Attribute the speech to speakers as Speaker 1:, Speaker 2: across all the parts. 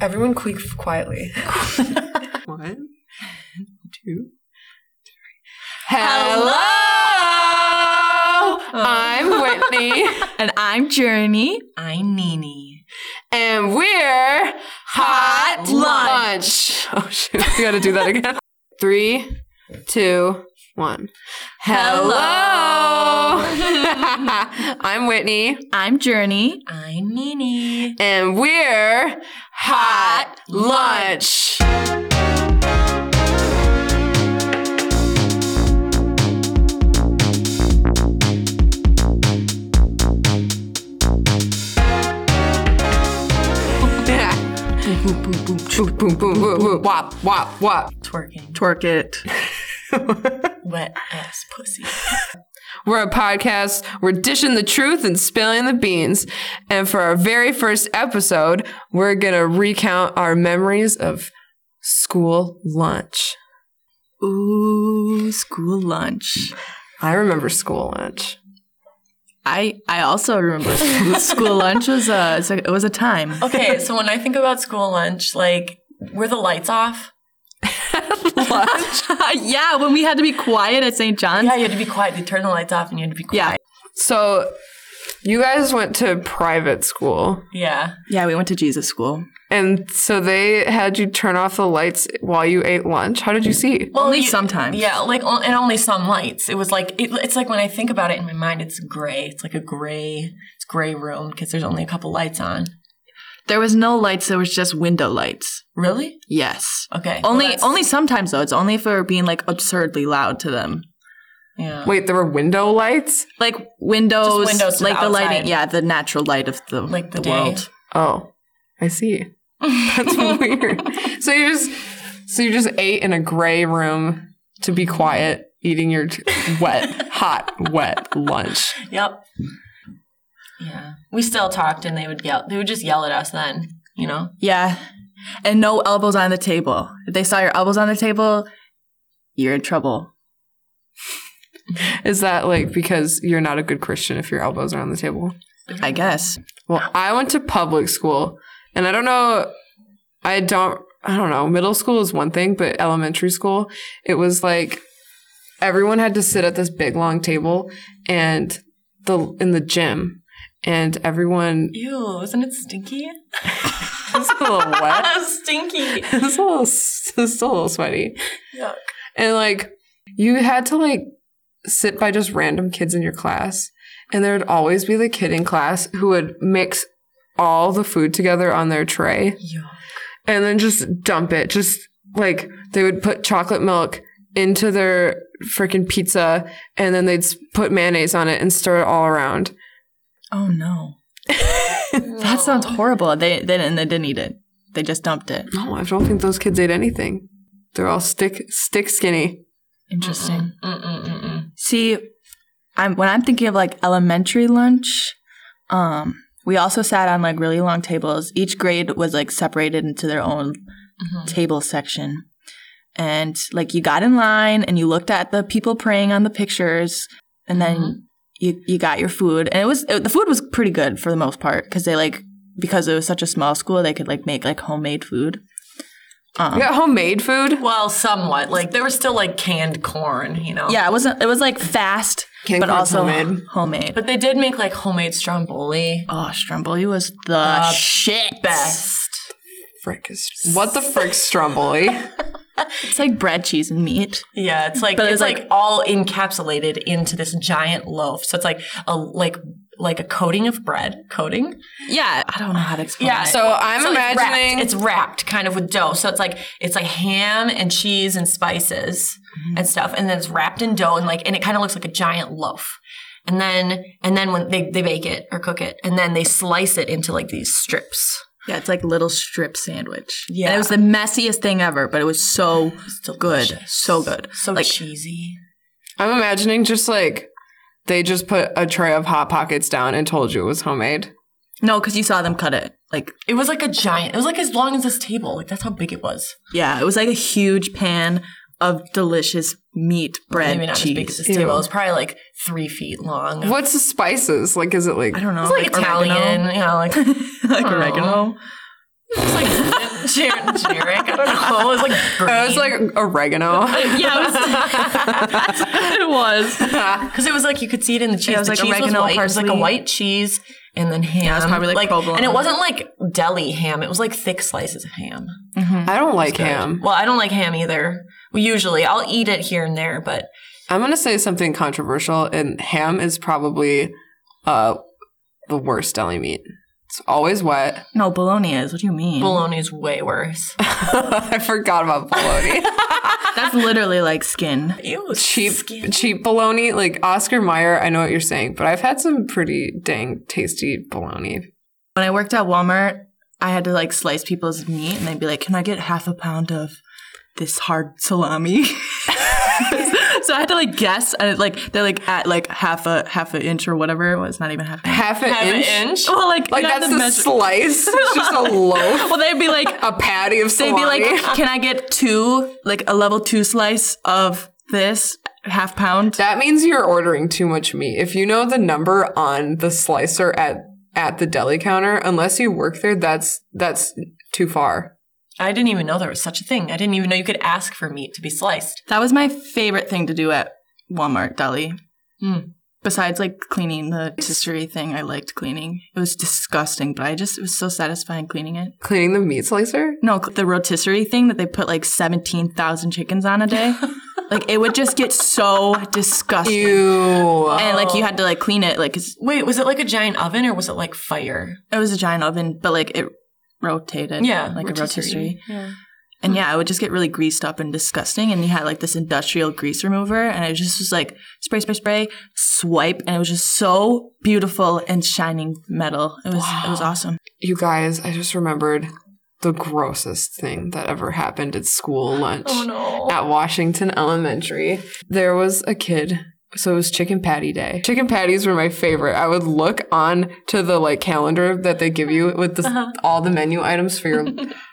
Speaker 1: Everyone queek quietly.
Speaker 2: One, two.
Speaker 3: Hello! I'm Whitney. and I'm Journey.
Speaker 2: I'm Nini.
Speaker 3: And we're Hot Lunch. Oh, shoot. We gotta do that again. Three, two, one. Hello! I'm Whitney.
Speaker 4: I'm Journey.
Speaker 2: I'm Nini.
Speaker 3: And we're Hot Lunch. Boom, boom, boom, choo, boom, boom, boom, boom, wop, wop, wop.
Speaker 1: Twerking.
Speaker 2: Twerk it.
Speaker 1: Wet ass pussy.
Speaker 3: We're a podcast. We're dishing the truth and spilling the beans. And for our very first episode, we're going to recount our memories of school lunch.
Speaker 4: Ooh, school lunch.
Speaker 3: I remember school lunch.
Speaker 4: I I also remember school, school lunch was a it's a- it was a time.
Speaker 1: Okay, so when I think about school lunch, like, were the lights off?
Speaker 3: Lunch?
Speaker 4: yeah, when we had to be quiet at St. John's.
Speaker 1: Yeah, you had to be quiet. You turn the lights off and you had to be quiet.
Speaker 3: so you guys went to private school.
Speaker 1: Yeah.
Speaker 4: Yeah, we went to Jesus school.
Speaker 3: And so they had you turn off the lights while you ate lunch. How did you see?
Speaker 1: Well,
Speaker 4: Only
Speaker 1: you-
Speaker 4: sometimes.
Speaker 1: Yeah, like on- and only some lights. It was like it, it's like when I think about it in my mind, it's gray. It's like a gray, it's gray room because there's only a couple lights on.
Speaker 4: There was no lights, there was just window lights.
Speaker 1: Really?
Speaker 4: Yes.
Speaker 1: Okay. well,
Speaker 4: Only
Speaker 1: that's-
Speaker 4: only sometimes though. It's only if we were being like absurdly loud to them.
Speaker 1: Yeah.
Speaker 3: Wait, there were window lights?
Speaker 4: Like windows,
Speaker 1: Just windows to
Speaker 4: like
Speaker 1: the
Speaker 4: the, lighting,
Speaker 1: outside.
Speaker 4: yeah, the natural light of the
Speaker 1: Like the
Speaker 4: the
Speaker 1: day.
Speaker 4: world.
Speaker 3: Oh, I see. That's weird. So you just so you just ate in a gray room to be quiet, eating your t- wet, hot, wet lunch.
Speaker 1: Yep. Yeah. We still talked, and they would yell. They would just yell at us then. You know.
Speaker 4: Yeah. And no elbows on the table. If they saw your elbows on the table, you're in trouble.
Speaker 3: Is that like because you're not a good Christian if your elbows are on the table?
Speaker 1: Mm-hmm.
Speaker 4: I guess.
Speaker 3: Well, I went to public school, and I don't know. I don't. I don't know. Middle school is one thing, but elementary school, it was like everyone had to sit at this big long table, and the in the gym, and everyone
Speaker 1: Ew! Isn't it stinky?
Speaker 3: it's a little wet.
Speaker 1: stinky.
Speaker 3: it's a little, it's a little sweaty.
Speaker 1: Yuck.
Speaker 3: And like, you had to like sit by just random kids in your class, and there would always be the kid in class who would mix all the food together on their tray
Speaker 1: Yuck.
Speaker 3: and then just dump it. Just like they would put chocolate milk into their freaking pizza, and then they'd s- put mayonnaise on it and stir it all around.
Speaker 4: Oh no. That sounds horrible. They they didn't, they didn't eat it. They just dumped it.
Speaker 3: No, I don't think those kids ate anything. They're all stick stick skinny.
Speaker 4: Interesting.
Speaker 1: Mm-mm-mm-mm.
Speaker 4: See, I'm when I'm thinking of like elementary lunch, um, we also sat on like really long tables. Each grade was like separated into their own table section. And like you got in line and you looked at the people praying on the pictures and then
Speaker 1: Mhm.
Speaker 4: you you got your food and it was it, the food was pretty good for the most part cuz they like because it was such a small school they could like make like homemade food. Um,
Speaker 3: You got homemade food.
Speaker 1: Well, somewhat. Like there was still like canned corn. You know.
Speaker 4: Yeah, it wasn't it was like fast
Speaker 3: Canned
Speaker 4: but
Speaker 3: corn's
Speaker 4: also
Speaker 3: homemade.
Speaker 4: homemade.
Speaker 1: But they did make like homemade stromboli.
Speaker 4: Oh, Stromboli was the, shit.
Speaker 1: Best.
Speaker 3: Frick is what the frick, Stromboli?
Speaker 4: It's like bread, cheese, and meat.
Speaker 1: Yeah, it's like
Speaker 4: But
Speaker 1: it's,
Speaker 4: it's
Speaker 1: like,
Speaker 4: like-
Speaker 1: all encapsulated into this giant loaf. So it's like a like like a coating of bread coating.
Speaker 4: Yeah, I don't know how to explain.
Speaker 1: Yeah,
Speaker 4: it.
Speaker 3: So I'm
Speaker 1: So it's wrapped-
Speaker 3: imagining
Speaker 1: it's wrapped, kind of with dough. So it's like it's like ham and cheese and spices and stuff, and then it's wrapped in dough and like and it kind of looks like a giant loaf. And then and then when they they bake it or cook it, and then they slice it into like these strips.
Speaker 4: yeah, it's like a little strip sandwich.
Speaker 1: Yeah.
Speaker 4: and it was the messiest thing ever, but it was so good,
Speaker 1: delicious.
Speaker 4: so good.
Speaker 1: So
Speaker 4: like
Speaker 1: cheesy.
Speaker 3: I'm imagining just like they just put a tray of hot pockets down and told you it was homemade.
Speaker 4: no, because you saw them cut it. Like
Speaker 1: It was like a giant. It was like as long as this table. Like that's how big it was.
Speaker 4: yeah, it was like a huge pan of delicious meat, bread,
Speaker 1: Maybe not as
Speaker 4: cheese.
Speaker 1: big as this
Speaker 3: Ew.
Speaker 1: table. It was probably like three feet long.
Speaker 3: What's the spices? Like is it like
Speaker 4: I don't know,
Speaker 1: It's like, Italian,
Speaker 4: oregano.
Speaker 1: you know, like
Speaker 4: like oregano.
Speaker 1: it's like Ger- generic. I don't know. It was like green.
Speaker 3: It was like oregano.
Speaker 1: yeah, it was. it was because it was like you could see it in the cheese.
Speaker 4: was
Speaker 1: the
Speaker 4: like
Speaker 1: cheese
Speaker 4: oregano,
Speaker 1: was white. It was like a
Speaker 4: parsley.
Speaker 1: white cheese and then ham.
Speaker 4: was probably, like, provolone.
Speaker 1: and it wasn't like deli ham. It was like thick slices of ham.
Speaker 3: I don't like
Speaker 4: Um.
Speaker 3: ham.
Speaker 1: Well, I don't like ham either. Well, usually I'll eat it here and there, but
Speaker 3: I'm gonna say something controversial, and ham is probably uh the worst deli meat. It's always wet.
Speaker 4: No, bologna is. What do you mean?
Speaker 1: bologna is way worse.
Speaker 3: I forgot about bologna.
Speaker 4: That's literally like skin.
Speaker 1: Ew,
Speaker 3: cheap
Speaker 1: skin.
Speaker 3: cheap bologna. Like Oscar Mayer, I know what you're saying, but I've had some pretty dang tasty bologna.
Speaker 4: When I worked at Walmart, I had to like slice people's meat and they'd be like, Can I get half a pound of this hard salami? so I had to like guess and it, like they're like at like half a half an inch or whatever it was, not even half an inch.
Speaker 3: Half an
Speaker 1: Half
Speaker 3: inch.
Speaker 1: an inch.
Speaker 4: Well like,
Speaker 3: Like
Speaker 4: you had
Speaker 3: that's
Speaker 4: to
Speaker 3: a
Speaker 4: measure-
Speaker 3: slice. It's just a loaf.
Speaker 4: Well they'd be like
Speaker 3: A patty of
Speaker 4: they'd
Speaker 3: salami.
Speaker 4: be like, "Oh." Can I get two like a level two slice of this half pound?
Speaker 3: that means you're ordering too much meat. If you know the number on the slicer at at the deli counter, unless you work there, that's that's too far.
Speaker 1: I didn't even know there was such a thing. I didn't even know you could ask for meat to be sliced.
Speaker 4: That was my favorite thing to do at Walmart deli.
Speaker 1: Mm.
Speaker 4: Besides like cleaning the rotisserie thing, I liked cleaning. It was disgusting, but I just it was so satisfying cleaning it.
Speaker 3: Cleaning the meat slicer?
Speaker 4: No, cl- the rotisserie thing that they put like seventeen thousand chickens on a day, like it would just get so disgusting,
Speaker 3: Ew.
Speaker 4: and like you had to like clean it. Like 'cause
Speaker 1: Wait, was it like a giant oven or was it like fire?
Speaker 4: it was a giant oven, but like it rotated,
Speaker 1: Yeah,
Speaker 4: like
Speaker 1: rotisserie.
Speaker 4: a rotisserie. And yeah, it would just get really greased up and disgusting. And you had like this industrial grease remover, and it just was like spray, spray, spray, swipe, and it was just so beautiful and shining metal. It was it was awesome.
Speaker 3: You guys, I just remembered the grossest thing that ever happened at school
Speaker 4: Oh,
Speaker 3: lunch
Speaker 1: no.
Speaker 3: at Washington Elementary. There was a kid. So it was chicken patty day. Chicken patties were my favorite. I would look on to the like calendar that they give you with the, all the menu items for your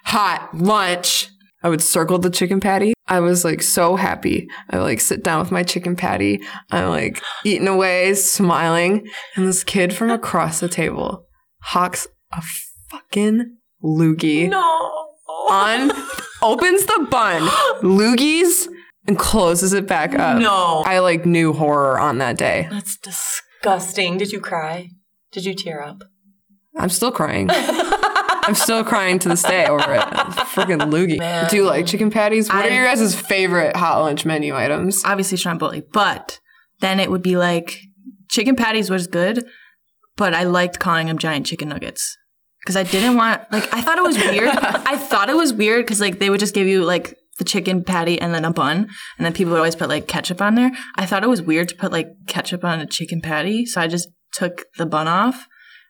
Speaker 3: hot lunch. I would circle the chicken patty. I was like so happy. I would like sit down with my chicken patty. I'm like eating away, smiling. And this kid from across the table hawks a fucking loogie
Speaker 1: No.
Speaker 3: on, opens the bun, loogies, and closes it back
Speaker 4: Uh.
Speaker 3: up.
Speaker 1: No.
Speaker 3: I like knew horror on that day.
Speaker 1: That's disgusting. Did you cry? Did you tear up?
Speaker 3: I'm still crying. I'm still crying to this day over it. Freaking loogie.
Speaker 1: Man.
Speaker 3: Do you like chicken patties? What are
Speaker 4: I-
Speaker 3: your guys' favorite hot lunch menu items?
Speaker 4: Obviously, Stromboli, but then it would be like chicken patties was good, but I liked calling them giant chicken nuggets because I didn't want like I thought it was weird. I thought it was weird because like they would just give you like the chicken patty and then a bun, and then people would always put like ketchup on there. I thought it was weird to put like ketchup on a chicken patty, so I just took the bun off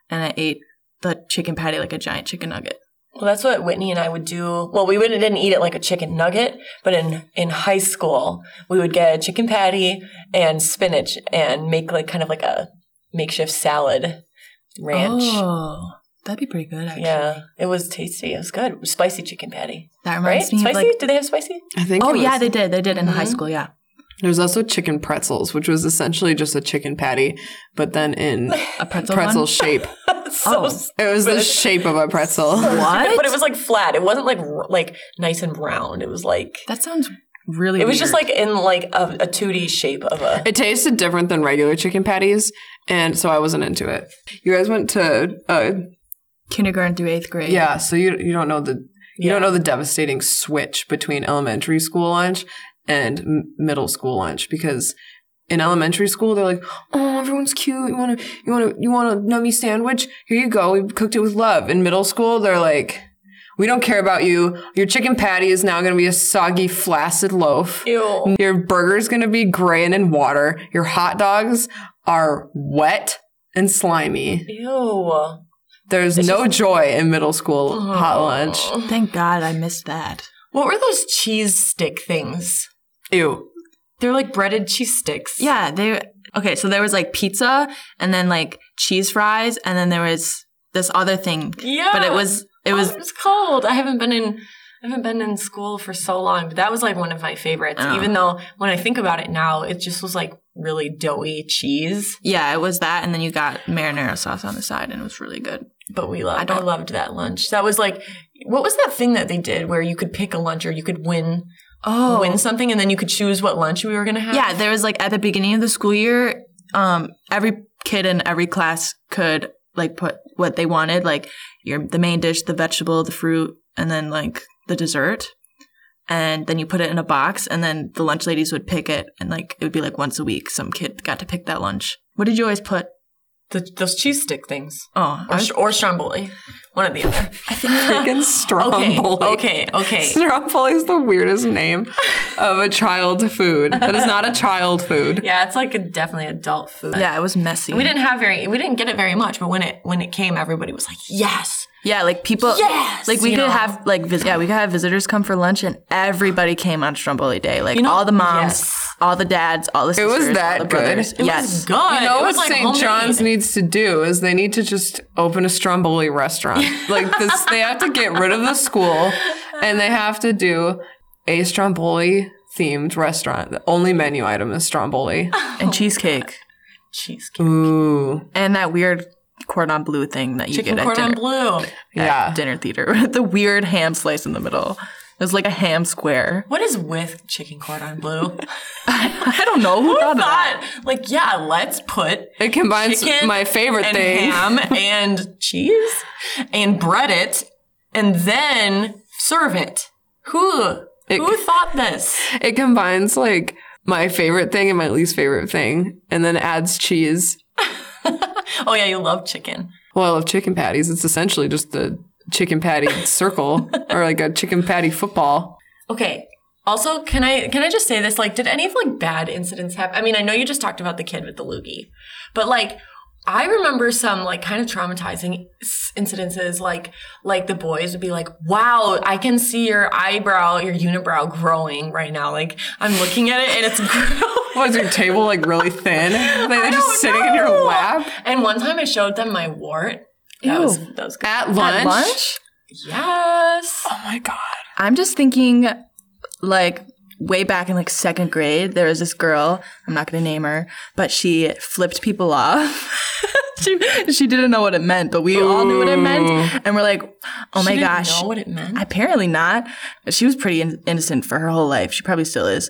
Speaker 4: and I ate the chicken patty like a giant chicken nugget.
Speaker 1: Well, that's what Whitney and I would do. Well, we would, didn't eat it like a chicken nugget, but in, in high school, we would get a chicken patty and spinach and make like kind of like a makeshift salad ranch.
Speaker 4: Oh, that'd be pretty good actually.
Speaker 1: Yeah, it was tasty. It was good. It was spicy chicken patty,
Speaker 4: That
Speaker 1: right?
Speaker 4: reminds me
Speaker 1: Spicy? Mm-hmm.
Speaker 4: of like
Speaker 1: Did they have spicy?
Speaker 3: I think.
Speaker 4: Oh
Speaker 3: it
Speaker 4: yeah,
Speaker 3: was-
Speaker 4: they did. They did in high school. Yeah,
Speaker 3: There's also chicken pretzels, which was essentially just a chicken patty, but then in
Speaker 4: a pretzel.
Speaker 3: pretzel
Speaker 4: bun?
Speaker 3: shape.
Speaker 1: so
Speaker 4: Oh.
Speaker 1: s-
Speaker 3: It was the
Speaker 1: But-
Speaker 3: shape of a pretzel.
Speaker 4: What?
Speaker 1: But it was like flat. It wasn't like r- like nice and round. It was like
Speaker 4: That sounds really.
Speaker 1: it was just
Speaker 4: weird.
Speaker 1: like in like a, a 2D shape of a.
Speaker 3: It tasted different than regular chicken patties, and so I wasn't into it. You guys went to uh,
Speaker 4: kindergarten through eighth grade.
Speaker 3: yeah, so you you don't know the you
Speaker 1: Yeah.
Speaker 3: don't know the devastating switch between elementary school lunch and m- middle school lunch because in elementary school they're like, oh, everyone's cute. You want to you want to you want a nummy sandwich? Here you go. We cooked it with love. In middle school they're like. We don't care about you. Your chicken patty is now going to be a soggy, flaccid loaf.
Speaker 1: Ew.
Speaker 3: Your burger's gonna be gray and in water. Your hot dogs are wet and slimy.
Speaker 1: Ew.
Speaker 3: There's no joy in middle school hot lunch.
Speaker 1: Oh.
Speaker 4: Thank God I missed that.
Speaker 1: What were those cheese stick things?
Speaker 3: Ew.
Speaker 1: They're like breaded cheese sticks.
Speaker 4: Yeah, they okay. So there was like pizza, and then like cheese fries, and then there was this other thing.
Speaker 1: Yeah. Oh.
Speaker 4: but it was it
Speaker 1: It was,
Speaker 4: was
Speaker 1: it was cold. I haven't been in I haven't been in school for so long, but that was like one of my favorites.
Speaker 4: Oh.
Speaker 1: Even though when I think about it now, it just was like really doughy cheese.
Speaker 4: yeah, it was that, and then you got marinara sauce on the side, and it was really good.
Speaker 1: But we loved. I,
Speaker 4: don't-
Speaker 1: loved that lunch. That was like What was that thing that they did where you could pick a lunch or you could win
Speaker 4: Oh,
Speaker 1: win something and then you could choose what lunch we were gonna have?
Speaker 4: yeah. There was like at the beginning of the school year, um, every kid in every class could like put what they wanted, like your the main dish, the vegetable, the fruit, and then like the dessert. And then you put it in a box, and then the lunch ladies would pick it, and like it would be like once a week, some kid got to pick that lunch. What did you always put?
Speaker 1: the, those cheese stick things
Speaker 4: Oh,
Speaker 1: or, or Stromboli, one or the other.
Speaker 4: I think
Speaker 3: Freaking
Speaker 1: Okay,
Speaker 3: Stromboli.
Speaker 1: okay, okay.
Speaker 3: Stromboli is the weirdest name of a child food. That is not a child food.
Speaker 1: Yeah, it's like a, definitely adult food.
Speaker 4: yeah, it was messy.
Speaker 1: We didn't have very, we didn't get it very much, but when it when it came, everybody was like, "Yes,
Speaker 4: Yeah, like people.
Speaker 1: Yes!
Speaker 4: Like we
Speaker 1: You
Speaker 4: could
Speaker 1: know.
Speaker 4: have like vis- yeah, we could have visitors come for lunch, and everybody came on Stromboli Day. Like
Speaker 1: know-
Speaker 4: all the moms,
Speaker 1: Yes.
Speaker 4: all the dads, all the
Speaker 3: It
Speaker 4: sisters,
Speaker 3: was
Speaker 4: all
Speaker 3: that
Speaker 4: the
Speaker 3: good.
Speaker 4: brothers.
Speaker 3: It was
Speaker 4: yes,
Speaker 1: good."
Speaker 3: You know
Speaker 1: it
Speaker 3: what
Speaker 1: was like
Speaker 3: St.
Speaker 1: homemade.
Speaker 3: John's needs to do is they need to just open a Stromboli restaurant. like this, they have to get rid of the school and they have to do a Stromboli themed restaurant. The only menu item is Stromboli.
Speaker 1: Oh
Speaker 4: and cheesecake,
Speaker 1: cheesecake,
Speaker 3: Oour.
Speaker 4: and that weird cordon bleu thing that you
Speaker 1: chicken
Speaker 4: get at
Speaker 1: cordon
Speaker 4: dinner,
Speaker 1: bleu."
Speaker 4: at
Speaker 3: Yeah.
Speaker 4: dinner theater. the weird ham slice in the middle. It was like a ham square.
Speaker 1: What is with chicken cordon bleu?
Speaker 4: I don't know who, thought of that.
Speaker 1: Thought like, yeah, let's put
Speaker 3: It combines
Speaker 1: chicken
Speaker 3: my favorite
Speaker 1: and
Speaker 3: thing.
Speaker 1: ham and cheese and bread it and then serve it. Who
Speaker 3: It-
Speaker 1: who thought this?
Speaker 3: It combines like my favorite thing and my least favorite thing and then adds cheese.
Speaker 1: Oh yeah, you love chicken.
Speaker 3: Well, I love chicken patties. It's essentially just the chicken patty circle or like a chicken patty football.
Speaker 1: Okay. Also, can I can I just say this? Like, did any of like bad incidents happen? I mean, I know you just talked about the kid with the loogie, but like, I remember some like kind of traumatizing s- incidences. Like, like the boys would be like, "Wow, I can see your eyebrow, your unibrow growing right now. Like, I'm looking at it and it's growing."
Speaker 3: Was your table like really thin? Like they're
Speaker 1: don't
Speaker 3: just sitting in your
Speaker 1: know.
Speaker 3: lap
Speaker 1: And one time I showed them my wart. That was that was good.
Speaker 3: at lunch.
Speaker 4: At lunch,
Speaker 1: Yes.
Speaker 3: Oh my god!
Speaker 4: I'm just thinking, like way back in like second grade, there was this girl. I'm not gonna name her, but she flipped people off. she she didn't know what it meant, but we all knew what it meant, and we're like, oh my
Speaker 1: She didn't
Speaker 4: gosh,
Speaker 1: know what it meant?
Speaker 4: apparently not. She was pretty in- innocent for her whole life. She probably still is,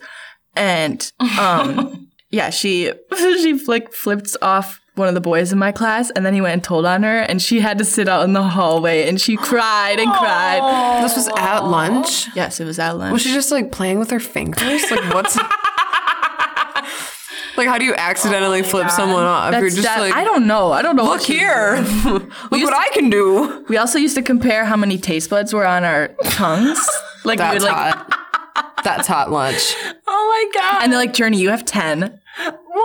Speaker 4: and um, yeah, she she flick flipped off. One of the boys in my class, and then he went and told on her, and she had to sit out in the hallway, and she cried and cried.
Speaker 3: This was at lunch.
Speaker 4: Yes, it was at lunch.
Speaker 3: Was she just like playing with her fingers? Like what's? like how do you accidentally flip someone off? You're
Speaker 4: That's
Speaker 3: just
Speaker 4: that-
Speaker 3: like
Speaker 4: I don't know. I don't know.
Speaker 3: look here, look what I can do.
Speaker 4: We also used to compare how many taste buds were on our tongues. Like we would
Speaker 3: That's
Speaker 4: like,
Speaker 3: hot. That's hot lunch.
Speaker 1: Oh my god.
Speaker 4: and they're like, Journey, you have ten.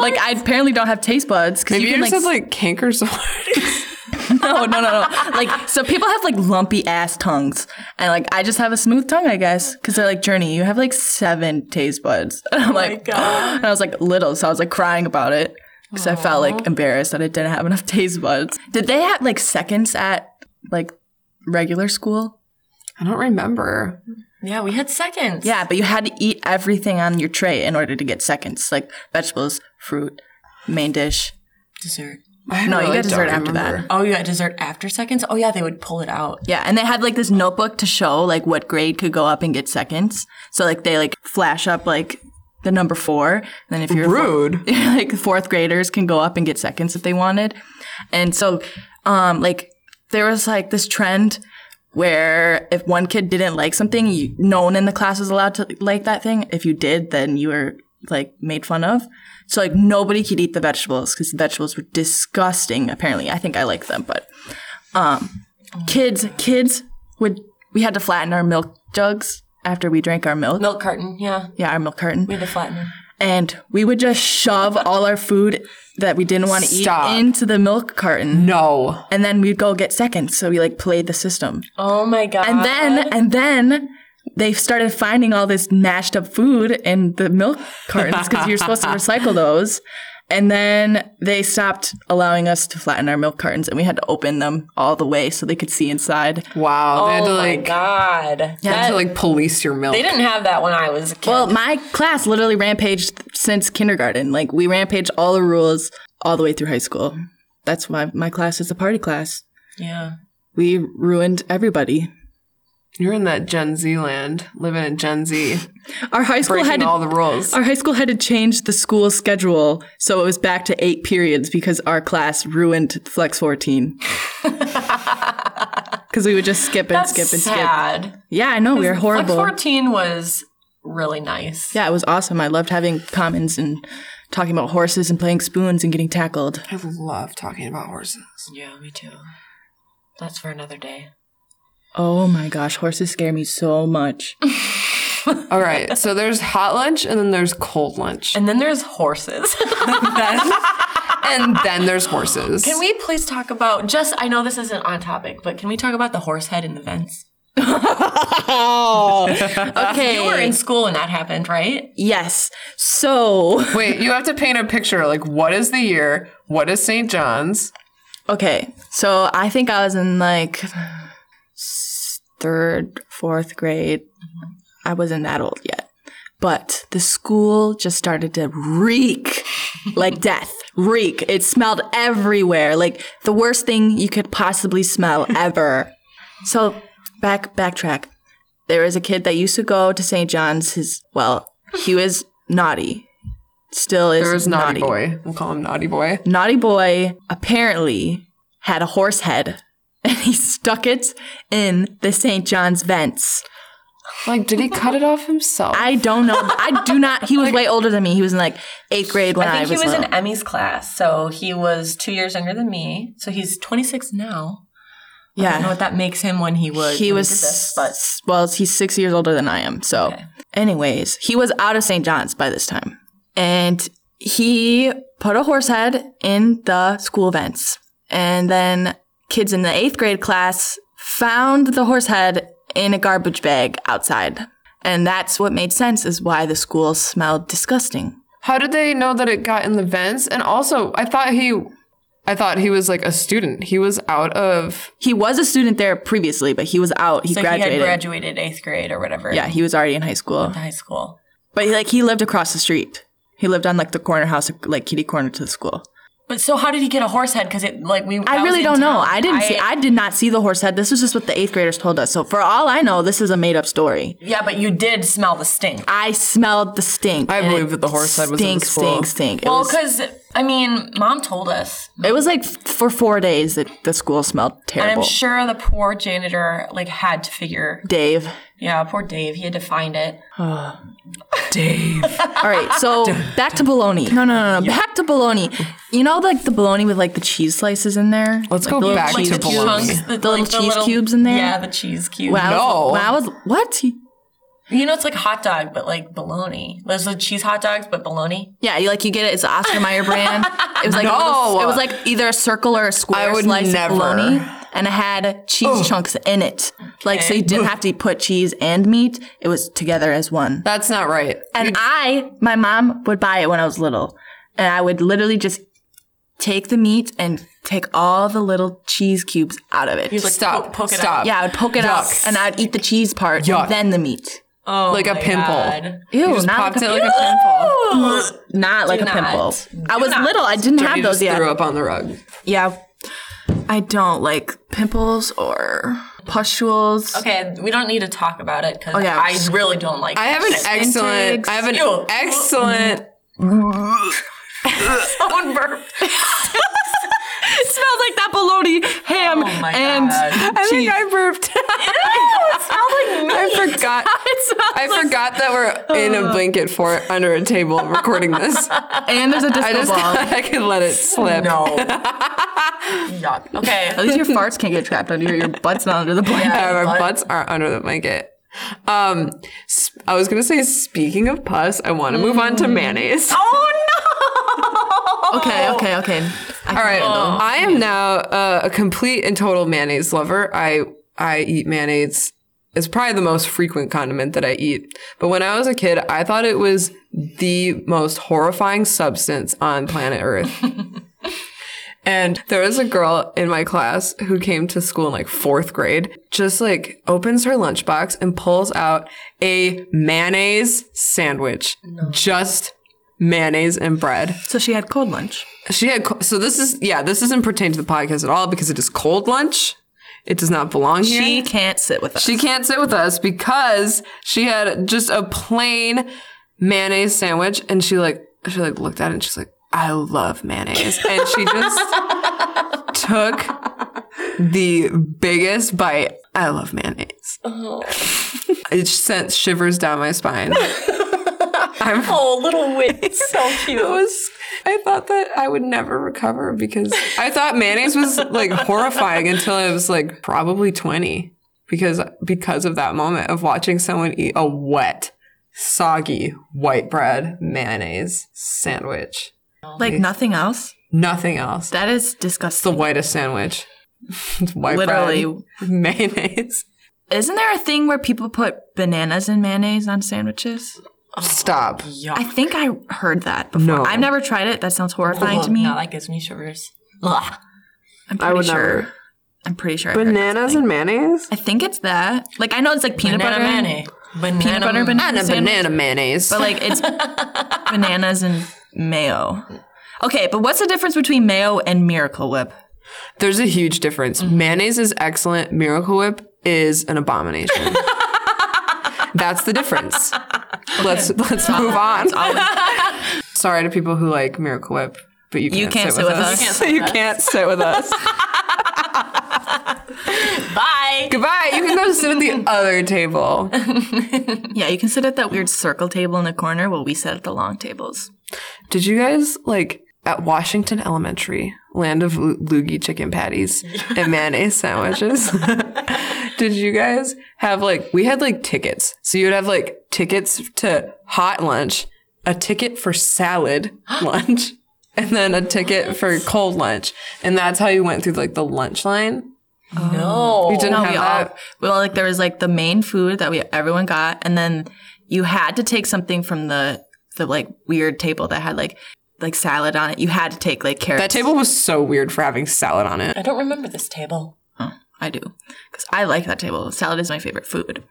Speaker 4: Like I apparently don't have taste buds because
Speaker 3: Maybe
Speaker 4: you
Speaker 3: you,
Speaker 4: can
Speaker 3: just
Speaker 4: like,
Speaker 3: have like canker sores.
Speaker 4: no no no no like so people have like lumpy ass tongues and like I just have a smooth tongue I guess because they're like Journey you have like seven taste buds and I'm like
Speaker 1: God.
Speaker 4: and I was like little so I was like crying about it because I felt like embarrassed that I didn't have enough taste buds. Did they have like seconds at like regular school?
Speaker 3: I don't remember.
Speaker 1: yeah, we had seconds.
Speaker 4: Yeah, but you had to eat everything on your tray in order to get seconds, like vegetables, fruit, main dish.
Speaker 1: Dessert.
Speaker 3: I
Speaker 4: No, you
Speaker 3: really
Speaker 4: got dessert
Speaker 3: don't
Speaker 4: after
Speaker 3: remember.
Speaker 4: that.
Speaker 1: Oh, you got dessert after seconds? Oh yeah, they would pull it out.
Speaker 4: Yeah, and they had like this notebook to show like what grade could go up and get seconds. So like they like flash up like the number four, and then if you're
Speaker 3: Rude.
Speaker 4: like fourth graders can go up and get seconds if they wanted. And so um like there was like this trend where if one kid didn't like something, you, no one in the class was allowed to like that thing. If you did, then you were like made fun of. So like nobody could eat the vegetables because the vegetables were disgusting. Apparently, I think I like them, but um, kids, kids would we had to flatten our milk jugs after we drank our milk.
Speaker 1: Milk carton, yeah.
Speaker 4: Yeah, our milk carton
Speaker 1: We had to flatten them.
Speaker 4: and we would just shove all our food that we didn't want to eat
Speaker 3: Stop.
Speaker 4: into the milk carton
Speaker 3: No.
Speaker 4: and then we'd go get seconds so we like played the system
Speaker 1: Oh my god.
Speaker 4: and then and then they started finding all this mashed up food in the milk cartons because you're supposed to recycle those and then they stopped allowing us to flatten our milk cartons and we had to open them all the way so they could see inside
Speaker 3: Wow. they had to like
Speaker 1: Oh god.
Speaker 3: they had to like police your milk.
Speaker 1: they didn't have that when I was a kid.
Speaker 4: well my class literally rampaged since kindergarten like we rampaged all the rules all the way through high school that's why my class is a party class
Speaker 1: yeah.
Speaker 4: we ruined everybody
Speaker 3: You're in that Gen Z land, living in Gen Z,
Speaker 4: Our high school
Speaker 3: breaking
Speaker 4: had to,
Speaker 3: all the rules.
Speaker 4: our high school had to change the school schedule, so it was back to eight periods because our class ruined Flex 14. Because we would just skip and
Speaker 1: That's
Speaker 4: skip and
Speaker 1: sad.
Speaker 4: skip. Yeah, I know we were horrible.
Speaker 1: Flex 14 was really nice.
Speaker 4: Yeah, it was awesome. I loved having commons and talking about horses and playing spoons and getting tackled.
Speaker 3: I love talking about horses.
Speaker 1: Yeah, me too. That's for another day.
Speaker 4: Oh my gosh, horses scare me so much.
Speaker 3: All right, so there's hot lunch and then there's cold lunch,
Speaker 1: And then there's horses.
Speaker 3: and then there's horses.
Speaker 1: can we please talk about just I know this isn't on topic, but can we talk about the horse head in the vents?
Speaker 4: Okay.
Speaker 1: You were in school when that happened, right?
Speaker 4: yes. So,
Speaker 3: Wait, you have to paint a picture. Like, what is the year? What is St. John's?
Speaker 4: okay. So, I think I was in like s- third, fourth grade. I wasn't that old yet. But the school just started to reek like death. Reek. It smelled everywhere. Like the worst thing you could possibly smell ever. So back backtrack. There was a kid that used to go to St. John's. His well, he was naughty. Still is
Speaker 3: There was
Speaker 4: naughty.
Speaker 3: Naughty Boy. We'll call him Naughty Boy.
Speaker 4: Naughty boy apparently had a horse head, and he stuck it in the St. John's vents.
Speaker 3: Like, did he cut it off himself?
Speaker 4: I don't know. I do not. He was way older than me. He was in like eighth grade when I,
Speaker 1: I think
Speaker 4: was.
Speaker 1: he was
Speaker 4: little.
Speaker 1: in Emmy's class, so he was two years younger than me. So he's 26 now. I don't know
Speaker 4: yeah,
Speaker 1: what that makes him when he was.
Speaker 4: he
Speaker 1: when
Speaker 4: was.
Speaker 1: did this, but
Speaker 4: well, he's six years older than I am. So,
Speaker 1: Okay.
Speaker 4: anyways, he was out of St. John's by this time, and he put a horse head in the school vents, and then kids in the eighth grade class found the horse head in a garbage bag outside, and that's what made sense is why the school smelled disgusting.
Speaker 3: How did they know that it got in the vents? And also, I thought he, I thought he was like a student. He was out of.
Speaker 4: He was a student there previously, but he was out. He
Speaker 1: so
Speaker 4: graduated.
Speaker 1: he had graduated eighth grade or whatever.
Speaker 4: yeah, he was already in high school.
Speaker 1: high school.
Speaker 4: But he, like he lived across the street. He lived on like the corner house, like kitty corner to the school.
Speaker 1: But so how did he get a horse head? Because it like we. that
Speaker 4: I
Speaker 1: was
Speaker 4: really
Speaker 1: in
Speaker 4: don't know.
Speaker 1: town.
Speaker 4: I didn't see. I did not see the horse head. This was just what the eighth graders told us. So for all I know, this is a made up story.
Speaker 1: Yeah, but you did smell the stink.
Speaker 4: I smelled the stink.
Speaker 3: I
Speaker 4: and
Speaker 3: believe
Speaker 4: it
Speaker 3: that the horse head was in
Speaker 4: stink,
Speaker 3: the school.
Speaker 4: stink, stink. It
Speaker 1: Well,
Speaker 4: was,
Speaker 1: because I mean, mom told us,
Speaker 4: it was like f- for four days that the school smelled
Speaker 1: and I'm
Speaker 4: terrible.
Speaker 1: sure the poor janitor like had to figure.
Speaker 4: Dave.
Speaker 1: Yeah, poor Dave, he had to find it.
Speaker 3: Dave.
Speaker 4: All right, so back to bologna. No, no, no, no. Back to bologna. You know, like the bologna with like the cheese slices in there.
Speaker 3: Let's
Speaker 4: Like,
Speaker 3: go
Speaker 4: the little
Speaker 3: back
Speaker 4: cheese
Speaker 3: to
Speaker 1: The
Speaker 4: cubes.
Speaker 3: bologna.
Speaker 1: chunks,
Speaker 4: The little cheese cubes in there?
Speaker 1: Yeah, the cheese cubes.
Speaker 4: When I was,
Speaker 3: No.
Speaker 4: when I was what?
Speaker 1: You know, it's like hot dog, but like bologna. There's the cheese hot dogs, but bologna.
Speaker 4: Yeah, you like you get it. It's the Oscar Mayer brand. It was like a
Speaker 3: No.
Speaker 4: little- it was like either a circle or a square
Speaker 3: I would
Speaker 4: slice
Speaker 3: never.
Speaker 4: of bologna, and it had cheese chunks in it. Like so,
Speaker 1: Okay.
Speaker 4: you didn't have to put cheese and meat. It was together as one.
Speaker 3: That's not right.
Speaker 4: And I, my mom would buy it when I was little, and I would literally just take the meat and take all the little cheese cubes out of it.
Speaker 1: like,
Speaker 3: Stop.
Speaker 1: poke- poke it
Speaker 3: Stop.
Speaker 1: out.
Speaker 4: yeah, I would poke it out,
Speaker 3: Yuck.
Speaker 4: and I'd eat the cheese part,
Speaker 3: Yuck.
Speaker 4: and then the meat.
Speaker 1: Oh,
Speaker 3: Like a
Speaker 1: my
Speaker 3: pimple.
Speaker 1: God.
Speaker 4: Ew,
Speaker 3: You just
Speaker 4: not
Speaker 3: popped
Speaker 4: like a
Speaker 3: it like a pimple.
Speaker 4: not like
Speaker 1: Do
Speaker 4: a
Speaker 1: not.
Speaker 4: pimple. I
Speaker 1: Do
Speaker 4: was
Speaker 1: not.
Speaker 4: little. I didn't
Speaker 3: You
Speaker 4: have
Speaker 3: just
Speaker 4: those yet.
Speaker 3: threw up on the rug.
Speaker 4: Yeah. I don't like pimples or pustules.
Speaker 3: Oh.
Speaker 1: Okay, we don't need to talk about it because
Speaker 4: Oh, yeah.
Speaker 1: I really don't like.
Speaker 3: I have an excellent.
Speaker 4: takes.
Speaker 3: I have an
Speaker 1: Ew.
Speaker 3: excellent.
Speaker 1: someone burp.
Speaker 4: It smells like that bologna ham
Speaker 1: Oh my
Speaker 4: and
Speaker 1: God.
Speaker 3: I think I burped. I forgot.
Speaker 4: it smells
Speaker 3: I
Speaker 4: like-
Speaker 3: forgot that we're in a blanket fort under a table recording this.
Speaker 4: and there's a disco
Speaker 3: I just
Speaker 4: ball.
Speaker 3: I could let it slip.
Speaker 1: No. Yuck. Okay.
Speaker 4: At least your farts can't get trapped under your, your butt's not under the blanket.
Speaker 3: Yeah, our butts are under the blanket. Um, s- I was gonna say, speaking of pus, I want to move on to mayonnaise.
Speaker 1: Oh no.
Speaker 4: Okay, okay, okay. I
Speaker 3: All right, I am now uh, a complete and total mayonnaise lover. I I eat mayonnaise. It's probably the most frequent condiment that I eat. But when I was a kid, I thought it was the most horrifying substance on planet Earth. And there was a girl in my class who came to school in like fourth grade, just like opens her lunchbox and pulls out a mayonnaise sandwich. Just mayonnaise and bread.
Speaker 4: So she had cold lunch.
Speaker 3: She had co- so this is yeah this doesn't pertain to the podcast at all because it is cold lunch. It does not belong here.
Speaker 2: She can't sit with us.
Speaker 3: She can't sit with us because she had just a plain mayonnaise sandwich and she like she like looked at it and she's like, I love mayonnaise. And she just took the biggest bite. I love mayonnaise. It sent shivers down my spine. I'm
Speaker 1: Oh, little wit. so cute.
Speaker 3: it was I thought that I would never recover because I thought mayonnaise was like horrifying until I was like probably 20 because because of that moment of watching someone eat a wet soggy white bread mayonnaise sandwich
Speaker 2: like nothing else.
Speaker 3: nothing else
Speaker 4: That is
Speaker 3: it's the
Speaker 4: disgusting.
Speaker 3: whitest sandwich It's white
Speaker 4: Literally.
Speaker 3: bread mayonnaise
Speaker 4: Isn't there a thing where people put bananas and mayonnaise on sandwiches?
Speaker 3: Oh. stop
Speaker 4: I think I heard that before.
Speaker 3: No.
Speaker 4: I've never tried it. That sounds horrifying to me.
Speaker 1: No, that gives me shivers. Ugh.
Speaker 4: I'm pretty
Speaker 3: I would
Speaker 4: sure.
Speaker 3: never
Speaker 4: I'm pretty sure. I heard that
Speaker 3: bananas and mayonnaise
Speaker 4: I think it's that. Like I know it's like peanut
Speaker 1: Banana
Speaker 4: butter,
Speaker 1: mayonnaise. Banana
Speaker 4: peanut butter,
Speaker 1: mayonnaise.
Speaker 4: banana, sandwich,
Speaker 3: banana mayonnaise
Speaker 4: but like it's bananas and mayo. Okay, but what's the difference between mayo and Miracle Whip?
Speaker 3: There's a huge difference.
Speaker 4: Mm-hmm.
Speaker 3: Mayonnaise is excellent. Miracle Whip is an abomination. That's the difference. Let's let's move on. Sorry to people who like Miracle Whip, but you can't,
Speaker 4: can't sit with us.
Speaker 3: You can't sit with us.
Speaker 1: Bye.
Speaker 3: Goodbye. You can go sit at the other table.
Speaker 4: Yeah, you can sit at that weird circle table in the corner while we sit at the long tables.
Speaker 3: Did you guys like at Washington Elementary, land of lo- loogie chicken patties and mayonnaise sandwiches? Did you guys have like we had like tickets? So you would have like tickets to hot lunch, a ticket for salad lunch, and then a ticket for cold lunch, and that's how you went through like the lunch line.
Speaker 1: No.
Speaker 3: You didn't
Speaker 4: No,
Speaker 3: have
Speaker 4: we all
Speaker 3: that.
Speaker 4: well, like there was like the main food that we everyone got, and then you had to take something from the the like weird table that had like like salad on it. You had to take like carrots.
Speaker 3: That table was so weird for having salad on it.
Speaker 1: I don't remember this table.
Speaker 4: I do. Because I like that table. Salad is my favorite food.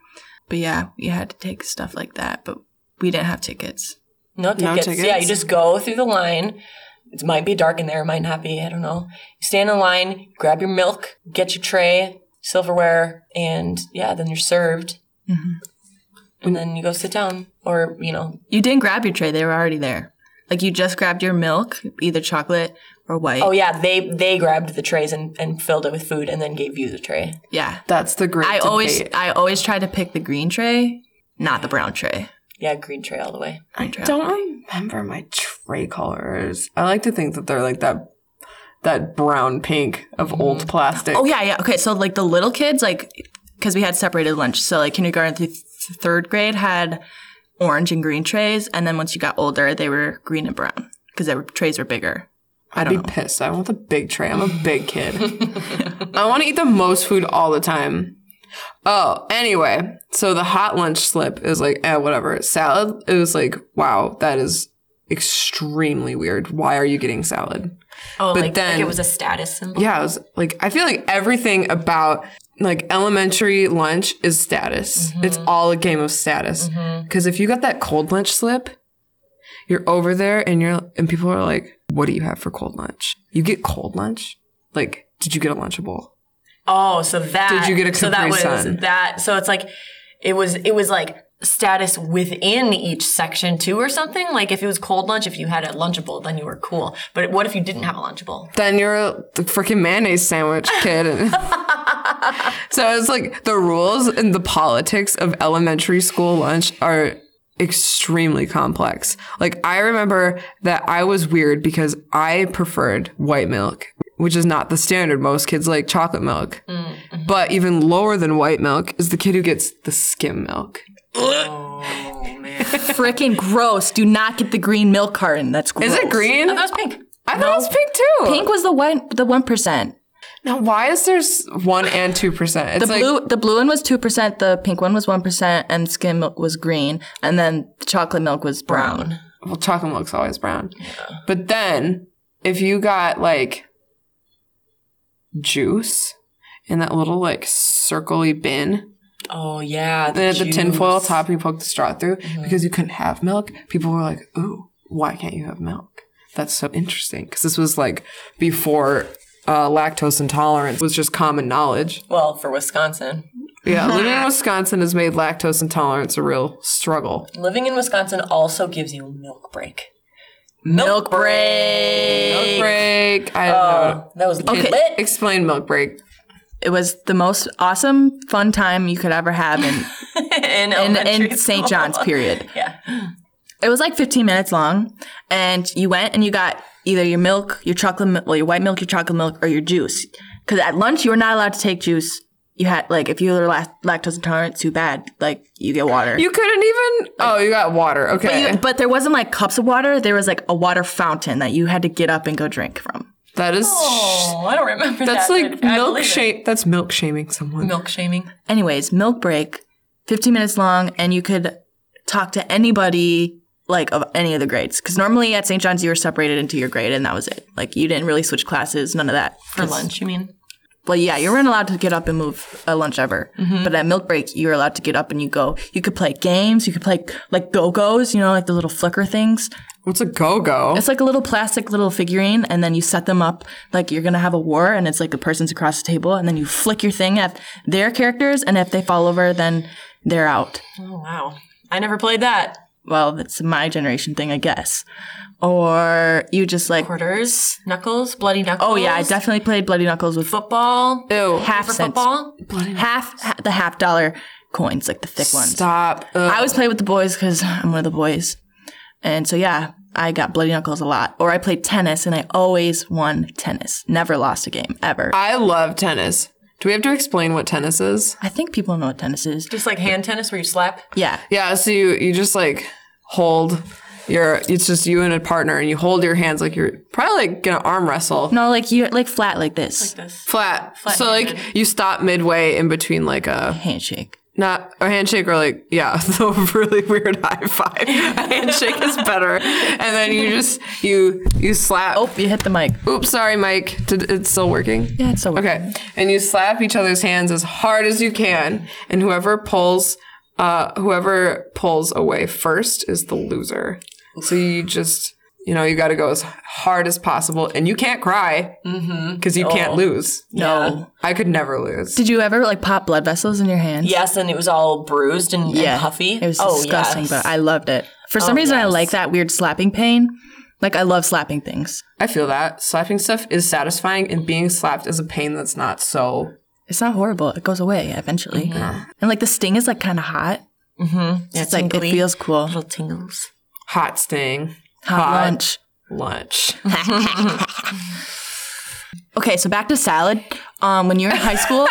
Speaker 4: But yeah, we had to take stuff like that, but we didn't have tickets.
Speaker 1: No tickets.
Speaker 3: tickets?
Speaker 1: Yeah, you just go through the line. It might be dark in there, it might not be. I don't know. You stand in line, grab your milk, get your tray, silverware, and yeah, then you're served.
Speaker 3: Mm-hmm.
Speaker 1: And then you go sit down, or you know,
Speaker 4: You didn't grab your tray, they were already there. Like you just grabbed your milk, either chocolate or white.
Speaker 1: oh yeah, they they grabbed the trays and, and filled it with food, and then gave you the tray.
Speaker 4: yeah.
Speaker 3: That's the great.
Speaker 4: I always
Speaker 3: debate.
Speaker 4: I always try to pick the green tray, not the brown tray.
Speaker 1: Yeah, green tray all the way.
Speaker 3: I don't remember my tray colors. I like to think that they're like that that brown pink of old plastic.
Speaker 4: Oh yeah, yeah. Okay, so like the little kids, like because we had separated lunch, so like kindergarten through th- third grade had orange and green trays, and then once you got older, they were green and brown because their trays were bigger. I
Speaker 3: I'd
Speaker 4: don't
Speaker 3: be
Speaker 4: know.
Speaker 3: pissed. I want the big tray. I'm a big kid. I want to eat the most food all the time. Oh, anyway, so the hot lunch slip is like, eh, whatever. Salad, it was like, wow, that is extremely weird. Why are you getting salad?
Speaker 1: Oh,
Speaker 3: But
Speaker 1: like,
Speaker 3: then-
Speaker 1: like it was a status symbol.
Speaker 3: Yeah, I was like, I feel like everything about like elementary lunch is status. It's all a game of status. Because if you got that cold lunch slip, you're over there and you're and people are like, "What do you have for cold lunch? You get cold lunch? Like, did you get a Lunchable?
Speaker 1: Oh, so that
Speaker 3: Did you get a
Speaker 1: so that
Speaker 3: Capri
Speaker 1: was
Speaker 3: Sun?
Speaker 1: that? So it's like it was it was like status within each section too, or something. Like if it was cold lunch, if you had a lunchable, then you were cool. But what if you didn't have a lunchable?
Speaker 3: Then you're the freaking mayonnaise sandwich kid." And- so it's like the rules and the politics of elementary school lunch are extremely complex. Like I remember that I was weird because I preferred white milk, which is not the standard. Most kids like chocolate milk. But even lower than white milk is the kid who gets the skim milk.
Speaker 4: Freaking gross! Do not get the green milk carton. That's gross.
Speaker 3: Is it green?
Speaker 1: Oh, that was pink.
Speaker 3: I thought it was pink too.
Speaker 4: Pink was the one, the one percent.
Speaker 3: Now why is there s- one and two percent? It's
Speaker 4: The
Speaker 3: like
Speaker 4: blue, the blue one was two percent. The pink one was one percent, and skim milk was green, and then the chocolate milk was brown.
Speaker 3: well, chocolate milk's always brown. But then if you got like juice in that little like circly bin,
Speaker 1: Oh yeah,
Speaker 3: then at the tinfoil
Speaker 1: juice. Mm-hmm.
Speaker 3: top you poke the straw through because you couldn't have milk, people were like, ooh, why can't you have milk? That's so interesting. Because this was like before uh, lactose intolerance was just common knowledge.
Speaker 1: Well, for Wisconsin.
Speaker 3: Yeah, living in Wisconsin has made lactose intolerance a real struggle.
Speaker 1: Living in Wisconsin also gives you milk break. Milk break.
Speaker 3: Milk break. I don't know.
Speaker 1: Oh, that was
Speaker 4: Okay.
Speaker 1: lit.
Speaker 3: Explain milk break.
Speaker 4: It was the most awesome, fun time you could ever have in,
Speaker 1: in
Speaker 4: in,
Speaker 1: elementary
Speaker 4: in St.
Speaker 1: school.
Speaker 4: John's, period.
Speaker 1: Yeah.
Speaker 4: It was like 15 minutes long, and you went and you got either your milk, your chocolate milk, well, your white milk, your chocolate milk, or your juice. Because at lunch, you were not allowed to take juice. You had, like, if you were lact- lactose intolerant, too bad. Like, you get water.
Speaker 3: You couldn't even. Oh, you got water.
Speaker 4: But
Speaker 3: Okay,
Speaker 4: you- but there wasn't like cups of water. There was like a water fountain that you had to get up and go drink from.
Speaker 3: that is.
Speaker 1: Oh, I don't remember
Speaker 3: that's
Speaker 1: that,
Speaker 3: like
Speaker 1: but I
Speaker 3: milk
Speaker 1: believe it.
Speaker 3: shame. That's milk shaming someone.
Speaker 1: Milk shaming.
Speaker 4: Anyways, milk break, 15 minutes long, and you could talk to anybody like of any of the grades. Because normally at St. John's, you were separated into your grade and that was it. Like you didn't really switch classes, none of that.
Speaker 1: For lunch, you mean?
Speaker 4: Well, yeah, you weren't allowed to get up and move a lunch ever. But at milk break, you were allowed to get up and you go. You could play games. You could play like go go's, you know, like the little flicker things.
Speaker 3: What's a go go?
Speaker 4: It's like a little plastic little figurine, and then you set them up like you're gonna have a war, and it's like the person's across the table, and then you flick your thing at their characters, and if they fall over, then they're out.
Speaker 1: Oh, wow. I never played that.
Speaker 4: Well, that's my generation thing, I guess. Or you just like,
Speaker 1: Quarters, knuckles, bloody knuckles.
Speaker 4: oh yeah, I definitely played bloody knuckles with
Speaker 1: Football.
Speaker 3: Ew.
Speaker 4: half
Speaker 1: For
Speaker 4: cents,
Speaker 1: football.
Speaker 4: half ha- the half dollar coins, like the thick ones.
Speaker 3: Stop. Ugh.
Speaker 4: I always play with the boys because I'm one of the boys, and so yeah. I got bloody knuckles a lot, or I played tennis, and I always won tennis. Never lost a game ever.
Speaker 3: I love tennis. Do we have to explain what tennis is?
Speaker 4: I think people know what tennis is.
Speaker 1: Just like hand tennis where you slap.
Speaker 4: Yeah.
Speaker 3: Yeah, so you you just like hold your it's just you and a partner and you hold your hands like you're probably like gonna arm wrestle.
Speaker 4: No, like you like flat like this.
Speaker 3: Flat. so like you stop midway in between like a
Speaker 4: Handshake.
Speaker 3: not a handshake or like yeah, the really weird high five. A handshake is better. And then you just you you slap
Speaker 4: Oh, you hit the mic.
Speaker 3: Oops, sorry Mike. Did it's still working?
Speaker 4: Yeah, it's so weird.
Speaker 3: Okay. And you slap each other's hands as hard as you can, and whoever pulls uh whoever pulls away first is the loser. So you just you know, you got to go as hard as possible and you can't cry because you can't lose.
Speaker 4: Mm-hmm. Oh. No.
Speaker 3: I could never lose.
Speaker 4: Did you ever like pop blood vessels in your hands?
Speaker 1: Yes, and it was all bruised and, and puffy. Oh,
Speaker 4: It was disgusting,
Speaker 1: yes. Oh,
Speaker 4: but I loved it. For some reason, I like that weird slapping pain. Like I love slapping things.
Speaker 3: I feel that slapping stuff is satisfying and being slapped is a pain that's not so
Speaker 4: It's not horrible. It goes away eventually. And like the sting is like kind of hot.
Speaker 1: Mm-hmm. Yeah,
Speaker 4: It's like it
Speaker 1: tingly.
Speaker 4: feels cool. Hot,
Speaker 1: little tingles.
Speaker 3: hot sting
Speaker 4: lunch.
Speaker 3: lunch.
Speaker 4: Okay, so back to salad. Um, when you were in high school,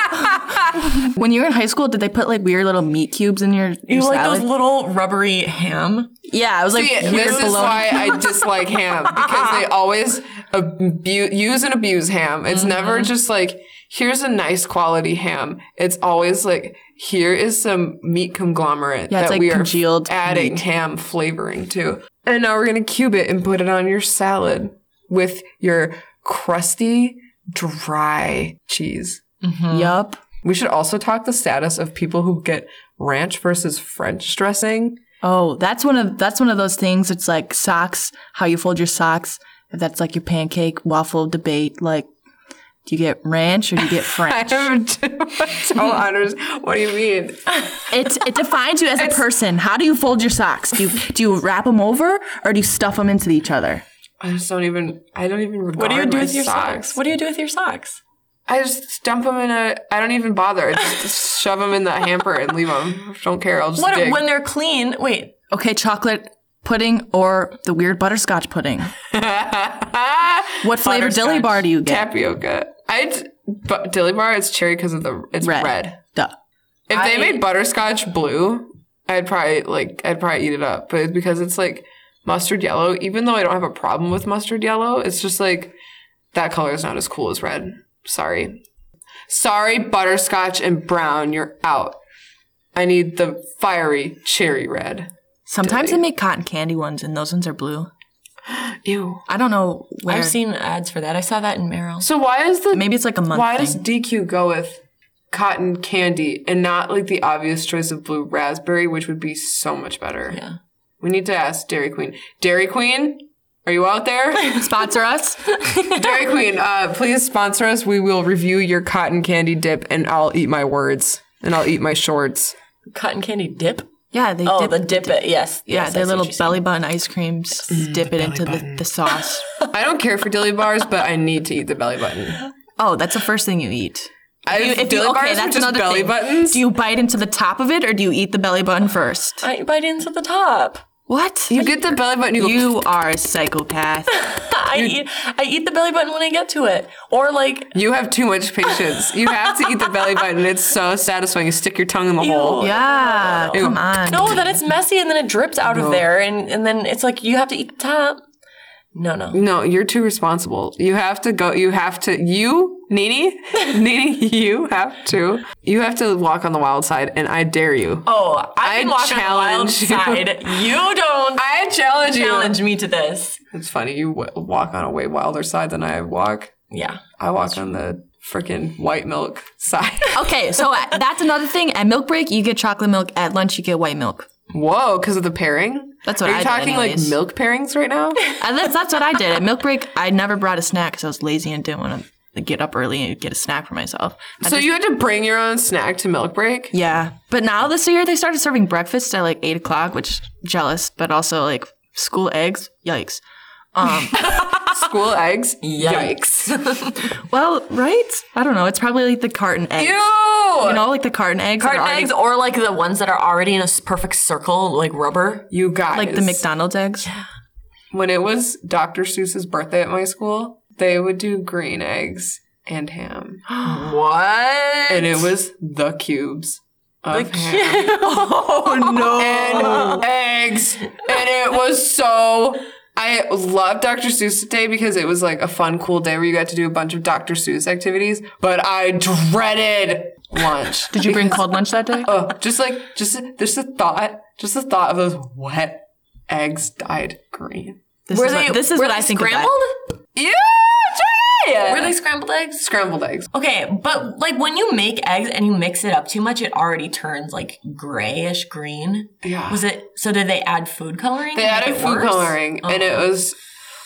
Speaker 4: when you were in high school, did they put like weird little meat cubes in your, your
Speaker 1: You like
Speaker 4: salad?
Speaker 1: those little rubbery ham?
Speaker 4: yeah, it was like
Speaker 3: See,
Speaker 4: weird
Speaker 3: this is
Speaker 4: bologna.
Speaker 3: why I dislike ham because they always abu- use and abuse ham. It's
Speaker 4: Mm-hmm.
Speaker 3: never just like here's a nice quality ham. It's always like here is some meat conglomerate
Speaker 4: Yeah, it's
Speaker 3: that
Speaker 4: like
Speaker 3: we are
Speaker 4: congealed
Speaker 3: adding ham flavoring to, and now we're gonna cube it and put it on your salad with your crusty dry cheese.
Speaker 4: Mm-hmm. Yup.
Speaker 3: We should also talk the status of people who get ranch versus French dressing.
Speaker 4: Oh, that's one of that's one of those things. It's like socks, how you fold your socks. If that's like your pancake waffle debate, like do you get ranch or do you get French?
Speaker 3: I don't understand. Oh, What do you mean?
Speaker 4: it it defines you as a person. How do you fold your socks? Do you do you wrap them over or do you stuff them into each other?
Speaker 3: I just don't even. I don't even regard
Speaker 1: What do you do
Speaker 3: my
Speaker 1: with your socks? What do you do with your socks?
Speaker 3: I just dump them in a. I don't even bother. I Just, just shove them in the hamper and leave them. Don't care. I'll just
Speaker 1: What
Speaker 3: dig.
Speaker 1: when they're clean? Wait,
Speaker 4: Okay, chocolate pudding or the weird butterscotch pudding. What flavor dilly bar do you get?
Speaker 3: tapioca. I d- but dilly bar. It's cherry because of the. It's red.
Speaker 4: Red. Duh.
Speaker 3: If
Speaker 1: I-
Speaker 3: they made butterscotch blue, I'd probably like. I'd probably eat it up. But it's because it's like mustard yellow. Even though I don't have a problem with mustard yellow, it's just like that color is not as cool as red. Sorry, sorry, butterscotch and brown. You're out. I need the fiery cherry red.
Speaker 4: Sometimes they make cotton candy ones and those ones are blue.
Speaker 3: Ew.
Speaker 4: I don't know where.
Speaker 1: I've seen ads for that. I saw that in Merrill.
Speaker 3: So why is the
Speaker 4: Maybe it's like a month
Speaker 3: why
Speaker 4: thing.
Speaker 3: does DQ go with cotton candy and not like the obvious choice of blue raspberry, which would be so much better?
Speaker 1: Yeah.
Speaker 3: We need to ask Dairy Queen. Dairy Queen, Are you out there?
Speaker 4: Sponsor us.
Speaker 3: Dairy Queen, uh, please sponsor us. We will review your cotton candy dip, and I'll eat my words, and I'll eat my shorts.
Speaker 1: Cotton candy dip.
Speaker 4: Yeah, they
Speaker 1: Oh,
Speaker 4: dip.
Speaker 1: the dip Mm, it. Yes.
Speaker 4: yeah,
Speaker 1: yes, I
Speaker 4: their
Speaker 1: see what
Speaker 4: little
Speaker 1: you said.
Speaker 4: belly button ice creams. dip it into the, the sauce.
Speaker 3: I don't care for dilly bars, but I need to eat the belly button.
Speaker 4: oh, that's the first thing you eat.
Speaker 3: I
Speaker 4: You-
Speaker 3: dilly bars are just belly buttons.
Speaker 4: Do you bite into the top of it or do you eat the belly button first?
Speaker 1: I bite into the top.
Speaker 4: What?
Speaker 3: you get the belly button, you, go,
Speaker 4: You are a psychopath.
Speaker 1: I eat. I eat the belly button when I get to it, or like
Speaker 3: you have too much patience. You have to eat the belly button. It's so satisfying. You stick your tongue in the
Speaker 1: Ew.
Speaker 3: hole.
Speaker 4: yeah, come on.
Speaker 1: no, then it's messy and then it drips out of there, and and then it's like you have to eat the top. No, no.
Speaker 3: No, you're too responsible. You have to go. You have to. You, Nini, Nini, you have to. You have to walk on the wild side, and I dare you.
Speaker 1: Oh, I can
Speaker 3: I
Speaker 1: walk on the wild
Speaker 3: challenge you.
Speaker 1: side. You don't
Speaker 3: I challenge you.
Speaker 1: challenge me to this.
Speaker 3: It's funny. You w- walk on a way wilder side than I walk.
Speaker 1: Yeah.
Speaker 3: I walk on the freaking white milk side.
Speaker 4: Okay, so uh, that's another thing. At milk break, you get chocolate milk. At lunch, you get white milk.
Speaker 3: Whoa, because of the pairing.
Speaker 4: That's what
Speaker 3: Are
Speaker 4: I
Speaker 3: you
Speaker 4: did
Speaker 3: talking like
Speaker 4: anyways.
Speaker 3: milk pairings right now?
Speaker 4: At least that's what I did. At milk break, I never brought a snack because I was lazy and didn't want to get up early and get a snack for myself.
Speaker 3: so you had to bring your own snack to milk break.
Speaker 4: Yeah, but now this year they started serving breakfast at like eight o'clock, which jealous, but also like school eggs. Yikes.
Speaker 3: School eggs.
Speaker 1: Yikes.
Speaker 4: Well, right? I don't know. It's probably like the carton eggs.
Speaker 3: Ew.
Speaker 4: You know, like the carton eggs. that are
Speaker 1: Carton
Speaker 4: already-
Speaker 1: eggs, or like the ones that are already in a s- perfect circle, like rubber.
Speaker 3: You guys.
Speaker 4: Like the McDonald's eggs.
Speaker 3: when it was Dr. Seuss's birthday at my school, they would do green eggs and ham.
Speaker 1: What?
Speaker 3: And it was the cubes of ham
Speaker 1: oh no.
Speaker 3: and eggs. And it was so. I love Dr. Seuss today because it was like a fun, cool day where you got to do a bunch of Dr. Seuss activities, but I dreaded lunch.
Speaker 4: Did you bring cold lunch that day?
Speaker 3: Oh, just like, just, just the thought, just the thought of those wet eggs dyed green.
Speaker 4: This
Speaker 1: Were
Speaker 4: is
Speaker 1: they?
Speaker 4: what, this is
Speaker 1: were
Speaker 4: what
Speaker 1: they
Speaker 4: I think. of that.
Speaker 1: Scrambled?
Speaker 3: Yeah, try it!
Speaker 1: Were they scrambled eggs?
Speaker 3: scrambled eggs?
Speaker 1: Okay, but like when you make eggs and you mix it up too much, it already turns like grayish green.
Speaker 3: Yeah.
Speaker 1: Was it so? Did they add food coloring?
Speaker 3: They
Speaker 1: to make
Speaker 3: added
Speaker 1: it
Speaker 3: food
Speaker 1: worse?
Speaker 3: coloring, and it
Speaker 1: Oh.
Speaker 4: Uh-huh.
Speaker 3: was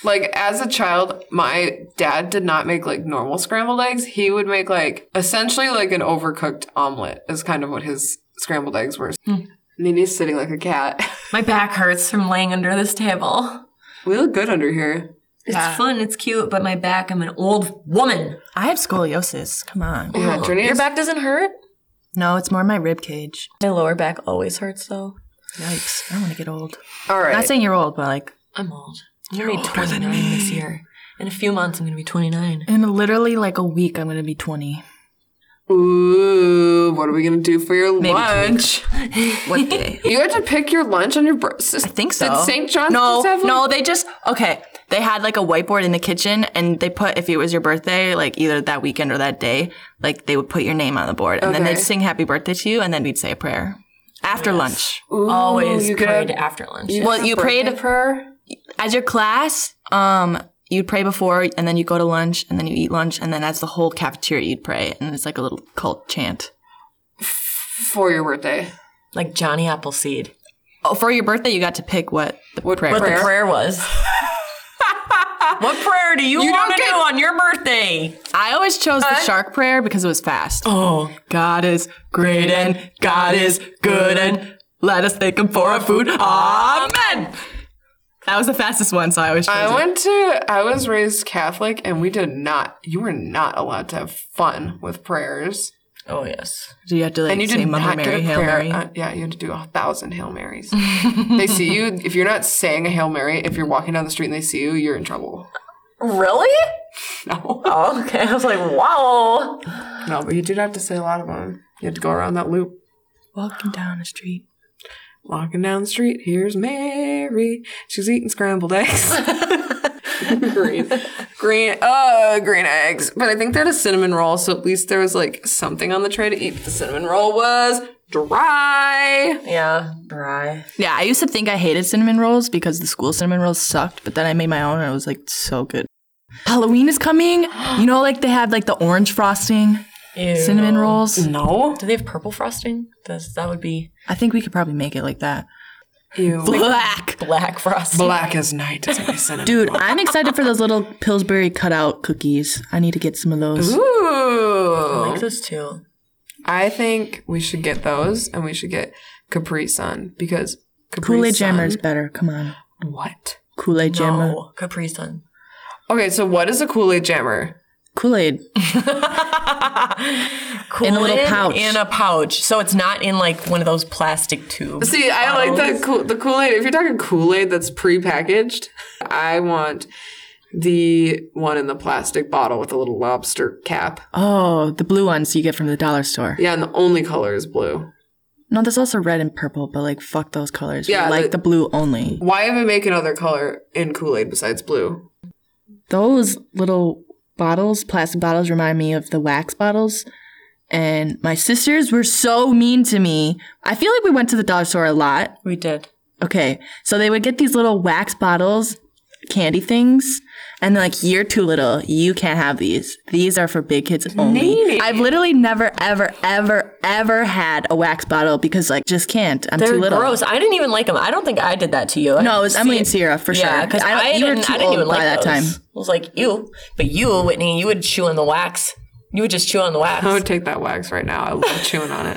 Speaker 3: like as a child, my dad did not make like normal scrambled eggs. He would make like essentially like an overcooked omelet is kind of what his scrambled eggs were.
Speaker 4: Hmm.
Speaker 3: Nini's sitting like a cat.
Speaker 1: My back hurts from laying under this table.
Speaker 3: we look good under here.
Speaker 1: It's fun, it's cute, but my back. I'm an old woman.
Speaker 4: I have scoliosis. Come on.
Speaker 3: Yeah, Trini
Speaker 1: Your
Speaker 3: is-
Speaker 1: back doesn't hurt.
Speaker 4: No, it's more my rib cage.
Speaker 1: My lower back always hurts though.
Speaker 4: Yikes. I don't want to get old.
Speaker 3: All
Speaker 4: Not
Speaker 3: right.
Speaker 4: saying you're old, but like
Speaker 1: I'm old. I'm gonna be 29 this year. In a few months, I'm gonna be 29.
Speaker 4: in literally like a week, I'm going to be 20.
Speaker 3: Ooh, what are we gonna do for your
Speaker 4: Maybe two
Speaker 3: lunch?
Speaker 4: What day?
Speaker 3: You had to pick your lunch on your breast.
Speaker 4: I think so.
Speaker 3: Did St. John's
Speaker 4: No,
Speaker 3: just have, like-
Speaker 4: no, they just okay. They had like a whiteboard in the kitchen, and they put if it was your birthday, like either that weekend or that day, like they would put your name on the board, and then
Speaker 3: Okay.
Speaker 4: they'd sing happy birthday to you, and then we'd say a prayer after lunch.
Speaker 3: Ooh,
Speaker 1: Always
Speaker 3: you could
Speaker 1: prayed
Speaker 3: have-
Speaker 1: after lunch.
Speaker 3: you-
Speaker 4: Well, you
Speaker 3: birthday
Speaker 4: prayed
Speaker 3: prayer.
Speaker 4: as your class. Um, you'd pray before, and then you go to lunch, and then you eat lunch, and then as the whole cafeteria, you'd pray, and it's like a little cult chant.
Speaker 3: for your birthday.
Speaker 1: Like Johnny Appleseed.
Speaker 4: Oh, for your birthday, you got to pick what the
Speaker 3: What
Speaker 4: prayer.
Speaker 1: What
Speaker 3: Prayer?
Speaker 1: the prayer was. what prayer do you,
Speaker 3: You
Speaker 1: want to
Speaker 3: don't get-
Speaker 1: do on your birthday?
Speaker 4: I always chose the shark prayer because it was fast.
Speaker 1: Oh,
Speaker 4: God is great and God is good and let us thank him for our food.
Speaker 3: Um,
Speaker 4: Amen. That was the fastest one, so I always chose
Speaker 3: I
Speaker 4: it.
Speaker 3: went to I was raised Catholic and we did not you were not allowed to have fun with prayers.
Speaker 1: oh yes.
Speaker 4: Do you have to like
Speaker 3: And you
Speaker 4: say
Speaker 3: did
Speaker 4: Mother
Speaker 3: not get
Speaker 4: Mary,
Speaker 3: a
Speaker 4: Hail
Speaker 3: prayer.
Speaker 4: Mary?
Speaker 3: uh, yeah, you had to do a thousand Hail Marys. they see you if you're not saying a Hail Mary, if you're walking down the street and they see you, you're in trouble.
Speaker 1: Really?
Speaker 3: No.
Speaker 1: Oh, okay. I was like, wow.
Speaker 3: No, but you did have to say a lot of them. You had to go around that loop.
Speaker 4: Walking down the street.
Speaker 3: Walking down the street, here's Mary. She's eating scrambled eggs. green, green, uh, green eggs. But I think they had a cinnamon roll, so at least there was like something on the tray to eat. But the cinnamon roll was dry.
Speaker 1: Yeah, dry.
Speaker 4: Yeah, I used to think I hated cinnamon rolls because the school cinnamon rolls sucked, but then I made my own and it was like so good. Halloween is coming. You know, like they have like the orange frosting cinnamon rolls.
Speaker 3: No,
Speaker 1: Do they have purple frosting? Does that would be
Speaker 4: I think we could probably make it like that.
Speaker 3: Ew.
Speaker 4: Black.
Speaker 1: Black frosting.
Speaker 3: Black as night is my cinnamon.
Speaker 4: Dude, I'm excited for those little Pillsbury cutout cookies. I need to get some of those.
Speaker 1: I
Speaker 3: Ooh.
Speaker 1: like this too.
Speaker 3: I think we should get those and we should get Capri Sun because Capri
Speaker 4: Kool Aid
Speaker 3: Sun-
Speaker 4: Jammer is better. Come on.
Speaker 3: What?
Speaker 4: Kool Aid Jammer.
Speaker 1: No, Capri Sun.
Speaker 3: Okay, so what is a Kool Aid Jammer?
Speaker 4: Kool Aid.
Speaker 1: Cool
Speaker 4: In a little pouch.
Speaker 1: In a pouch. So it's not in like one of those plastic tubes.
Speaker 3: See, I like the cool, the Kool Aid. If you're talking Kool Aid that's prepackaged, I want the one in the plastic bottle with a little lobster cap.
Speaker 4: Oh, the blue ones you get from the dollar store.
Speaker 3: Yeah, and the only color is blue.
Speaker 4: No, there's also red and purple, but like fuck those colors. We
Speaker 3: Yeah,
Speaker 4: like
Speaker 3: the-
Speaker 4: the blue only.
Speaker 3: Why even make another color in Kool Aid besides blue?
Speaker 4: Those little bottles, plastic bottles, remind me of the wax bottles. And my sisters were so mean to me. I feel like we went to the dollar store a lot.
Speaker 1: We did.
Speaker 4: Okay, so they would get these little wax bottles, candy things, and they're like, "You're too little. You can't have these. These are for big kids only." I've literally never, ever, ever, ever had a wax bottle because like just can't. I'm
Speaker 1: They're
Speaker 4: too little.
Speaker 1: gross. I didn't even like them. I don't think I did that to you.
Speaker 4: No, it was Emily and Sierra for
Speaker 1: Yeah,
Speaker 4: sure.
Speaker 1: because
Speaker 4: don't-
Speaker 1: I,
Speaker 4: you were
Speaker 1: didn't,
Speaker 4: too
Speaker 1: I didn't
Speaker 4: old
Speaker 1: even
Speaker 4: by
Speaker 1: like
Speaker 4: that
Speaker 1: those.
Speaker 4: time.
Speaker 1: I was like, you. But you, Whitney, you would chew on the wax. You would just chew on the wax.
Speaker 3: I would take that wax right now. I love chewing on it.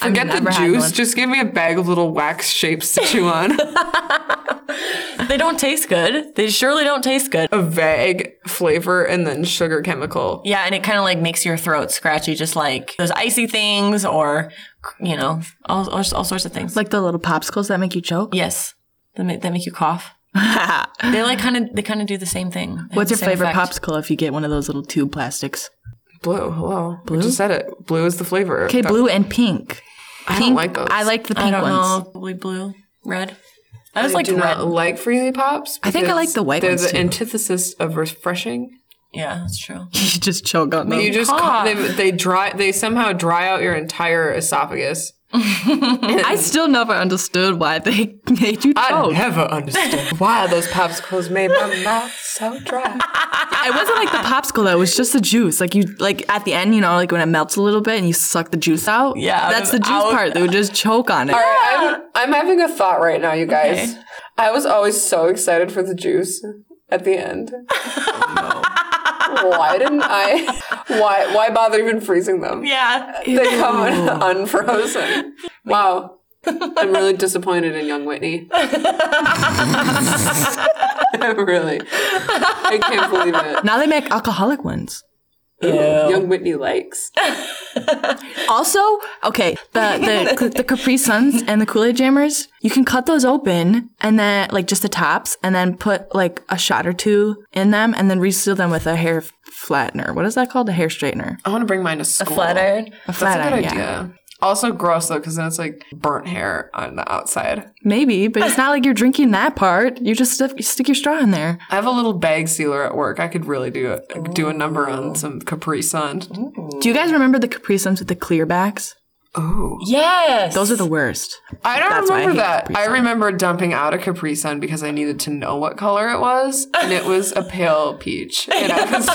Speaker 3: Forget the
Speaker 4: never had
Speaker 3: juice.
Speaker 4: one.
Speaker 3: Just give me a bag of little wax shapes to chew on.
Speaker 1: They don't taste good. They surely don't taste good.
Speaker 3: a vague flavor and then sugar chemical.
Speaker 1: Yeah, and it kind of like makes your throat scratchy, just like those icy things or, you know, all, all, all sorts of things.
Speaker 4: Like the little popsicles that make you choke.
Speaker 1: yes, that make, that make you cough.
Speaker 4: Ah,
Speaker 1: they like kind of they kind of do the same thing. They have
Speaker 4: What's
Speaker 1: the
Speaker 4: your
Speaker 1: same
Speaker 4: favorite
Speaker 1: effect.
Speaker 4: popsicle if you get one of those little tube plastics?
Speaker 3: Blue, hello. Blue? just said it. Blue is the flavor.
Speaker 4: Okay, blue and pink.
Speaker 3: I don't
Speaker 4: Pink-
Speaker 3: like those.
Speaker 4: I like the pink
Speaker 1: I don't
Speaker 4: ones.
Speaker 1: know, probably blue, red. I was
Speaker 3: I
Speaker 1: like
Speaker 3: do
Speaker 1: red.
Speaker 3: not like Freezy Pops.
Speaker 4: I think I
Speaker 3: because
Speaker 4: like the white
Speaker 3: They're
Speaker 4: ones,
Speaker 3: the
Speaker 4: too.
Speaker 3: antithesis of refreshing.
Speaker 1: Yeah, that's true.
Speaker 4: You just choke on them.
Speaker 3: You just
Speaker 1: cough.
Speaker 3: they, they dry they somehow dry out your entire esophagus.
Speaker 4: I still never understood why they made you
Speaker 3: I
Speaker 4: choke.
Speaker 3: never understood why those popsicles made my mouth so dry.
Speaker 4: it wasn't like the popsicle though. It was just the juice. Like you, like at the end, you know, like when it melts a little bit and you suck the juice out.
Speaker 1: Yeah,
Speaker 4: that's the juice
Speaker 1: out-
Speaker 4: part. They would just choke on it.
Speaker 3: I'm, I'm having a thought right now, you guys. I was always so excited for the juice at the end. Why didn't I? Why why bother even freezing them?
Speaker 1: Yeah,
Speaker 3: They come unfrozen. Wow. I'm really disappointed in young Whitney. really. I can't believe it.
Speaker 4: Now they make alcoholic ones.
Speaker 3: Young Whitney likes.
Speaker 4: Also, okay, the the, the Capri Suns and the Kool Aid Jammers, you can cut those open and then like just the tops, and then put like a shot or two in them, and then reseal them with a hair flattener. What is that called? A hair straightener.
Speaker 3: I want to bring mine to school.
Speaker 1: flat iron.
Speaker 4: A
Speaker 3: That's a
Speaker 4: flat
Speaker 3: good
Speaker 4: iron,
Speaker 3: idea.
Speaker 4: yeah.
Speaker 3: Also gross though, because then it's like burnt hair on the outside.
Speaker 4: Maybe, but it's not like you're drinking that part. You just stuff, you stick your straw in there.
Speaker 3: I have a little bag sealer at work. I could really do a, do a number on some Capri Sun.
Speaker 4: Do you guys remember the Capri Suns with the clear backs?
Speaker 3: Oh,
Speaker 1: Yes,
Speaker 4: Those are the worst.
Speaker 3: I don't
Speaker 4: That's why I
Speaker 3: remember
Speaker 4: hate
Speaker 3: that.
Speaker 4: Capri
Speaker 3: I
Speaker 4: Sun.
Speaker 3: remember dumping out a Capri Sun because I needed to know what color it was, and it was a pale peach. And I was,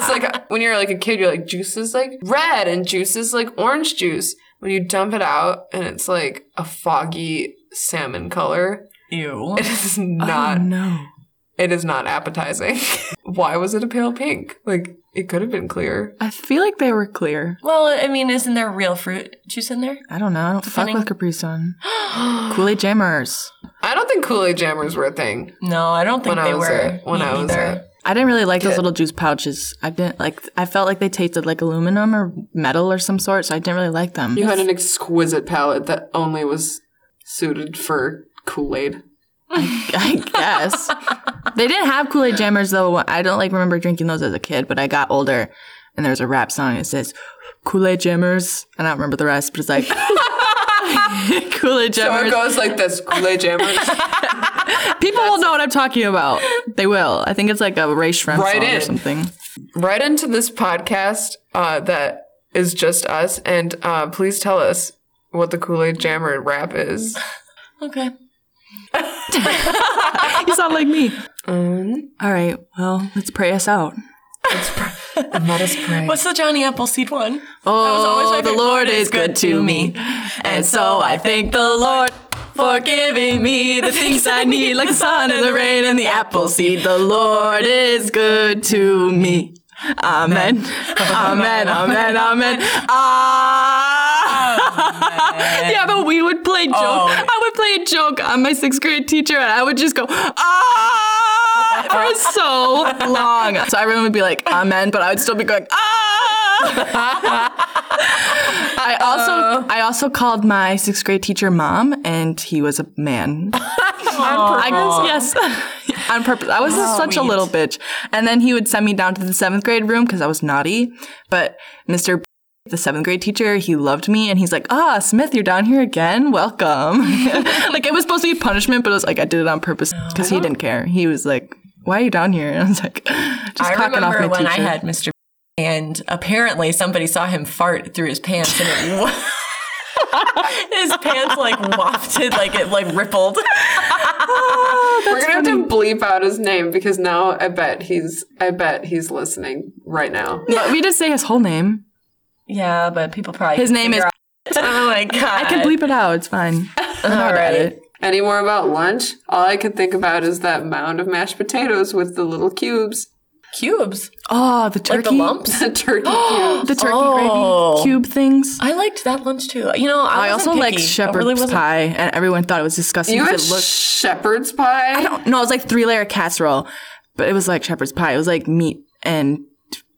Speaker 3: it's like when you're like a kid, you're like juice is like red and juice is like orange juice. When you dump it out, and it's like a foggy salmon color.
Speaker 1: ew.
Speaker 3: It is not.
Speaker 4: no.
Speaker 3: It is not appetizing. Why was it a pale pink? Like it could have been clear.
Speaker 4: I feel like they were clear.
Speaker 1: Well, I mean, isn't there real fruit juice in there?
Speaker 4: I don't know. I don't
Speaker 1: Depending-
Speaker 4: fuck with Capri Sun. Kool Aid Jammers.
Speaker 3: I don't think Kool Aid jammers were a thing.
Speaker 1: No, I don't think
Speaker 3: When I
Speaker 1: they
Speaker 3: was
Speaker 1: were.
Speaker 3: a- when
Speaker 1: Me
Speaker 3: I was
Speaker 1: neither.
Speaker 3: a-
Speaker 4: I didn't really like those little juice pouches. I didn't like. I felt like they tasted like aluminum or metal or some sort, so I didn't really like them.
Speaker 3: You had an exquisite palate that only was suited for Kool Aid.
Speaker 4: I guess they didn't have Kool Aid Jammers though. I don't like remember drinking those as a kid, but I got older, and there was a rap song that says Kool Aid Jammers, and I don't remember the rest, but it's like Kool Aid
Speaker 3: So it
Speaker 4: Jammers.
Speaker 3: goes like this Kool Aid jammers.
Speaker 4: People will know what I'm talking about. They will. I think it's like a Ray Shrimp
Speaker 3: Right
Speaker 4: song
Speaker 3: in.
Speaker 4: or something.
Speaker 3: right into this podcast uh, that is just us, and uh, please tell us what the Kool Aid jammer rap is.
Speaker 1: Okay.
Speaker 4: You sound like me.
Speaker 3: Um,
Speaker 4: All right. Well, let's pray us out.
Speaker 3: let us pray.
Speaker 1: What's the Johnny Appleseed one?
Speaker 4: Oh,
Speaker 1: always my
Speaker 4: the
Speaker 1: favorite.
Speaker 4: Lord is good to me, and so I thank the Lord. for giving me the things I need, like the sun and the rain and the apple seed. The Lord is good to me. Amen. Amen. Amen. Amen. Ah. Yeah, but we would play joke.
Speaker 1: Oh.
Speaker 4: I would play a joke on my sixth grade teacher, and I would just go ah for so long. So everyone would be like amen, but I would still be going ah. I
Speaker 1: Uh.
Speaker 4: also I also called my sixth grade teacher mom, and he was a man. I guess yes, on purpose. I was just such a little bitch. And then he would send me down to the seventh grade room because I was naughty. But Mr. The seventh grade teacher, he loved me, and he's like, "Ah, Smith, you're down here again. Welcome." like it was supposed to be punishment, but it was like I did it on purpose because he didn't care. He was like, "Why are you down here?" And I was like, "Just
Speaker 1: I
Speaker 4: cocking off
Speaker 1: remember
Speaker 4: my
Speaker 1: when I
Speaker 4: teacher."
Speaker 1: had Mr. And apparently somebody saw him fart through his pants and it wa- his pants like wafted, like it like rippled.
Speaker 3: We're gonna have to bleep out his name because now I bet he's I bet he's listening right now.
Speaker 4: but we just say his whole name.
Speaker 1: Yeah, but people probably
Speaker 4: His name is.
Speaker 1: Oh my god!
Speaker 4: I can bleep it out. It's fine. I'm not at
Speaker 1: Alright.
Speaker 4: it.
Speaker 3: Any more about lunch? All I could think about is that mound of mashed potatoes with the little cubes,
Speaker 1: cubes,
Speaker 4: Oh, the turkey.
Speaker 1: like the lumps.
Speaker 3: the turkey cubes.
Speaker 4: The turkey
Speaker 1: Oh.
Speaker 4: gravy cube things.
Speaker 1: I liked that lunch too. You know, I, wasn't
Speaker 4: I also
Speaker 1: picky.
Speaker 4: liked
Speaker 1: I
Speaker 4: shepherd's
Speaker 1: really wasn't-
Speaker 4: pie, and everyone thought it was disgusting
Speaker 3: You had
Speaker 4: because it looked.
Speaker 3: shepherd's pie.
Speaker 4: I don't. No, it was like three layer casserole, but it was like shepherd's pie. It was like meat and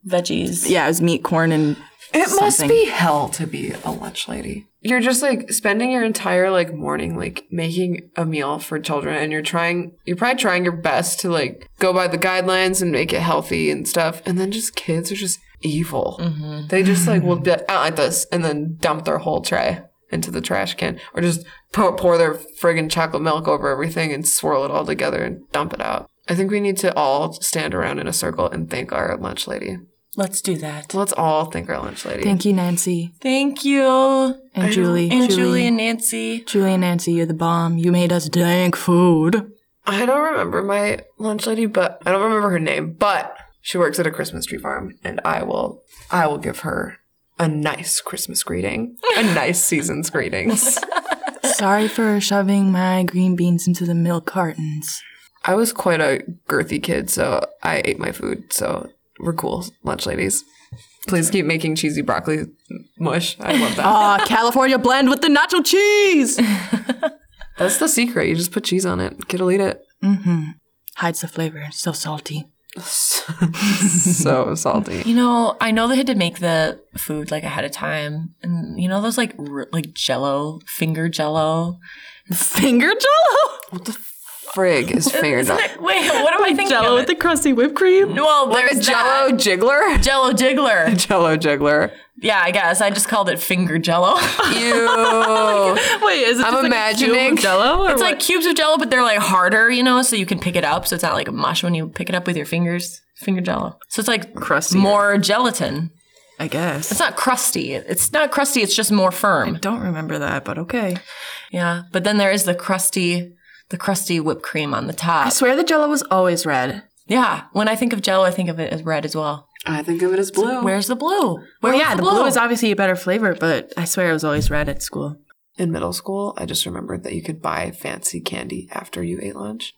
Speaker 1: veggies.
Speaker 4: yeah, it was meat, corn, and
Speaker 3: It must
Speaker 4: something.
Speaker 3: be hell to be a lunch lady. You're just like spending your entire like morning like making a meal for children and you're trying you're probably trying your best to like go by the guidelines and make it healthy and stuff and then just kids are just evil. They just like will be like, I don't like this and then dump their whole tray into the trash can or just pour, pour their friggin' chocolate milk over everything and swirl it all together and dump it out. I think we need to all stand around in a circle and thank our lunch lady.
Speaker 1: Let's do that.
Speaker 3: Let's all thank our lunch lady.
Speaker 4: thank you, Nancy
Speaker 1: Thank you,
Speaker 4: and Julie,
Speaker 1: and Julie and Nancy.
Speaker 4: Julie and Nancy. You're the bomb. You made us dank food.
Speaker 3: I don't remember my lunch lady, but I don't remember her name, but she works at a Christmas tree farm and I will I will give her a nice Christmas greeting. A nice season's greetings.
Speaker 4: Sorry for shoving my green beans into the milk cartons.
Speaker 3: I was quite a girthy kid, so I ate my food, so we're cool, lunch ladies. Please keep making cheesy broccoli mush. I love that.
Speaker 4: Ah, California blend with the nacho cheese
Speaker 3: That's the secret. You just put cheese on it. Kid'll eat it.
Speaker 4: hides the flavor. So salty.
Speaker 3: so salty.
Speaker 1: You know, I know they had to make the food like ahead of time, and you know those like r- like Jello finger Jello.
Speaker 4: Finger jello.
Speaker 3: Frig is fingered up.
Speaker 1: Wait, what am I thinking?
Speaker 4: Jello
Speaker 1: of
Speaker 4: with the crusty whipped cream.
Speaker 1: it? well,
Speaker 3: Like a
Speaker 1: there's
Speaker 3: jello
Speaker 1: that.
Speaker 3: jiggler?
Speaker 1: Jello jiggler.
Speaker 3: Jello jiggler.
Speaker 1: Yeah, I guess I just called it finger Jello.
Speaker 3: Ew.
Speaker 4: Wait, is it
Speaker 3: I'm
Speaker 4: just like a cube
Speaker 3: imagining-
Speaker 4: of jello? Or
Speaker 1: it's
Speaker 4: what?
Speaker 1: like cubes of Jello, but they're like harder, you know, so you can pick it up. So it's not like a mush when you pick it up with your fingers. Finger Jello. So it's like
Speaker 4: Crustier.
Speaker 1: more gelatin.
Speaker 4: I guess.
Speaker 1: It's not crusty. It's not crusty. It's just more firm.
Speaker 4: Don't remember that, but okay.
Speaker 1: Yeah, but then there is the crusty, the crusty whipped cream on the top.
Speaker 4: I swear the jello was always red.
Speaker 1: Yeah, when I think of Jello, I think of it as red as well.
Speaker 3: I think of it as blue.
Speaker 1: Where's the blue? Where
Speaker 4: Well,
Speaker 1: was
Speaker 4: Oh, yeah, the blue is obviously a better flavor, but I swear it was always red at school.
Speaker 3: in middle school, I just remembered that you could buy fancy candy after you ate lunch.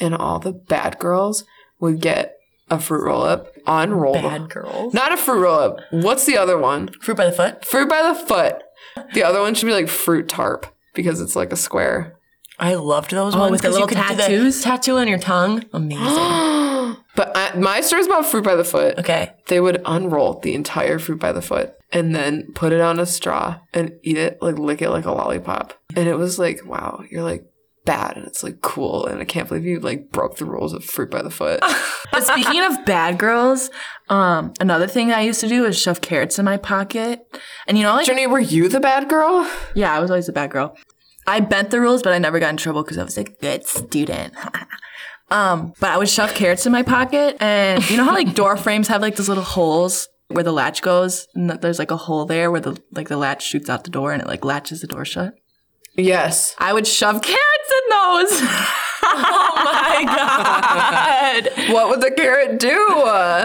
Speaker 3: And all the bad girls would get a fruit roll up, unroll
Speaker 1: bad girls.
Speaker 3: Not a fruit roll up. What's the other one?
Speaker 1: Fruit by the foot.
Speaker 3: Fruit by the foot. The other one should be like fruit tarp because it's like a square.
Speaker 1: I loved those
Speaker 4: Oh,
Speaker 1: ones
Speaker 4: with the
Speaker 1: 'cause you
Speaker 4: little
Speaker 1: could do the
Speaker 4: tattoos?
Speaker 1: tattoo on your tongue. Amazing.
Speaker 3: but I, my story's about fruit by the foot.
Speaker 1: okay.
Speaker 3: They would unroll the entire fruit by the foot and then put it on a straw and eat it, like lick it like a lollipop. And it was like, wow, you're like bad and it's like cool. And I can't believe you like broke the rules of fruit by the foot.
Speaker 4: But speaking of bad girls, um, another thing I used to do was shove carrots in my pocket. And you know, like,
Speaker 3: Jenny, were you the bad girl?
Speaker 4: yeah, I was always a bad girl. I bent the rules, but I never got in trouble because I was a good student. um, but I would shove carrots in my pocket, and you know how like door frames have like those little holes where the latch goes, and that there's like a hole there where the like the latch shoots out the door and it like latches the door shut.
Speaker 3: Yes.
Speaker 4: I would shove carrots in those. oh my god!
Speaker 3: What would the carrot do?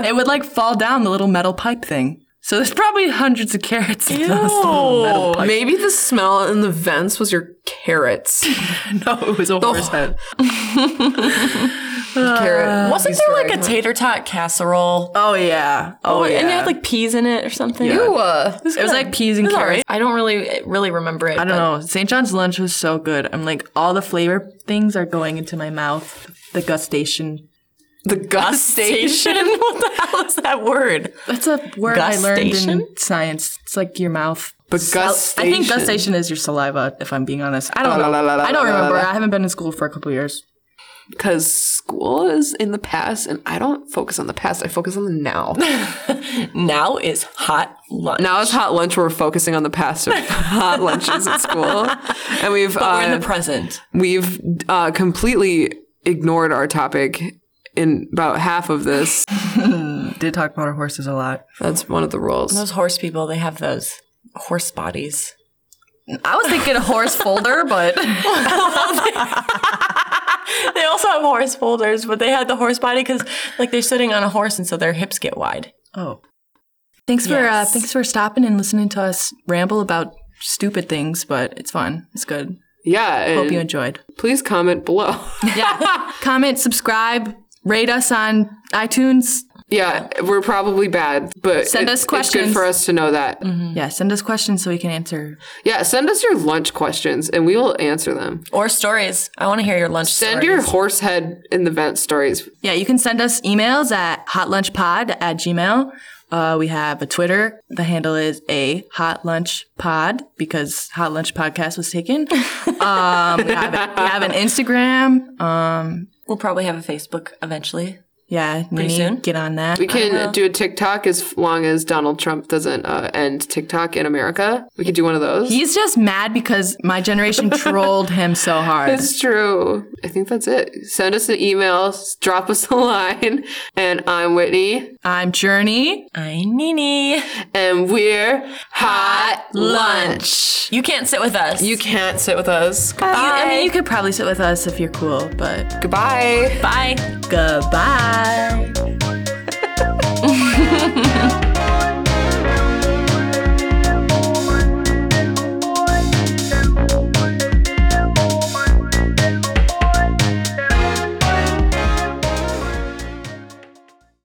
Speaker 4: It would like fall down the little metal pipe thing. So there's probably hundreds of carrots. in those little metal
Speaker 3: Oh,
Speaker 4: plates.
Speaker 3: maybe the smell in the vents was your carrots.
Speaker 4: no, it was a horse head.
Speaker 3: Uh, Carrot.
Speaker 1: Wasn't
Speaker 3: He's
Speaker 1: there
Speaker 3: very
Speaker 1: like a
Speaker 3: hot.
Speaker 1: tater tot casserole?
Speaker 5: Oh yeah. Oh, yeah.
Speaker 1: And it had like peas in it or something.
Speaker 3: Ew, uh,
Speaker 4: It was like peas and carrots.
Speaker 1: I don't really really remember it.
Speaker 5: I don't know. St. John's lunch was so good. I'm like, all the flavor things are going into my mouth. The gustation.
Speaker 3: the gas
Speaker 1: Station? what the hell is that word?
Speaker 5: That's a word I learned
Speaker 1: Gustation?
Speaker 5: in science. It's like your mouth.
Speaker 3: But
Speaker 5: I
Speaker 3: gas station.
Speaker 5: think gustation is your saliva. If I'm being honest, I don't
Speaker 3: La,
Speaker 5: know.
Speaker 3: la, la, la,
Speaker 5: I don't
Speaker 3: la, la,
Speaker 5: remember.
Speaker 3: la.
Speaker 5: I haven't been in school for a couple years.
Speaker 3: because school is in the past, and I don't focus on the past. I focus on the now.
Speaker 1: Now is hot lunch.
Speaker 3: now it's hot lunch. We're focusing on the past of hot lunches at school, and we've
Speaker 1: We're in
Speaker 3: uh,
Speaker 1: the present.
Speaker 3: we've uh, completely ignored our topic in about half of this.
Speaker 5: Did talk about our horses a lot.
Speaker 3: That's one of the rules.
Speaker 1: Those horse people, they have those horse bodies.
Speaker 5: I was thinking a horse folder, but
Speaker 1: They also have horse folders, but they had the horse body because like they're sitting on a horse and so their hips get wide.
Speaker 5: oh,
Speaker 4: Thanks for
Speaker 1: Yes.
Speaker 4: uh, thanks for stopping and listening to us ramble about stupid things, but it's fun. It's good.
Speaker 3: Yeah,
Speaker 4: Hope you
Speaker 3: and
Speaker 4: enjoyed.
Speaker 3: please comment below.
Speaker 4: Yeah. Comment, subscribe, rate us on iTunes.
Speaker 3: yeah, we're probably bad, but
Speaker 4: Send
Speaker 3: it-
Speaker 4: us
Speaker 3: It's
Speaker 4: questions. Mm-hmm.
Speaker 3: good for us to know that.
Speaker 4: Yeah, send us questions so we can answer.
Speaker 3: Yeah, send us your lunch questions and we will answer them.
Speaker 1: Or stories. I want to hear your lunch
Speaker 3: Send
Speaker 1: stories.
Speaker 3: your horse head in the vent stories.
Speaker 4: Yeah, you can send us emails at hotlunchpod at gmail. Uh, we have a Twitter. The handle is a hot lunch pod because hot lunch podcast was taken. Um, we, have, we have an Instagram. Um,
Speaker 1: We'll probably have a Facebook eventually.
Speaker 4: yeah, Nini,
Speaker 1: soon.
Speaker 4: get on that. Uh,
Speaker 3: We can do a TikTok as long as Donald Trump doesn't uh, end TikTok in America. We could do one of those.
Speaker 4: He's just mad because my generation trolled him so hard.
Speaker 3: That's true. I think that's it. Send us an email, s- drop us a line, and I'm Whitney,
Speaker 4: I'm Journey.
Speaker 1: I Nini.
Speaker 3: and we're Hot Lunch.
Speaker 1: You can't sit with us.
Speaker 3: You can't sit with us.
Speaker 4: I mean, you could probably sit with us if you're cool, but
Speaker 3: Goodbye.
Speaker 1: Bye.
Speaker 4: goodbye.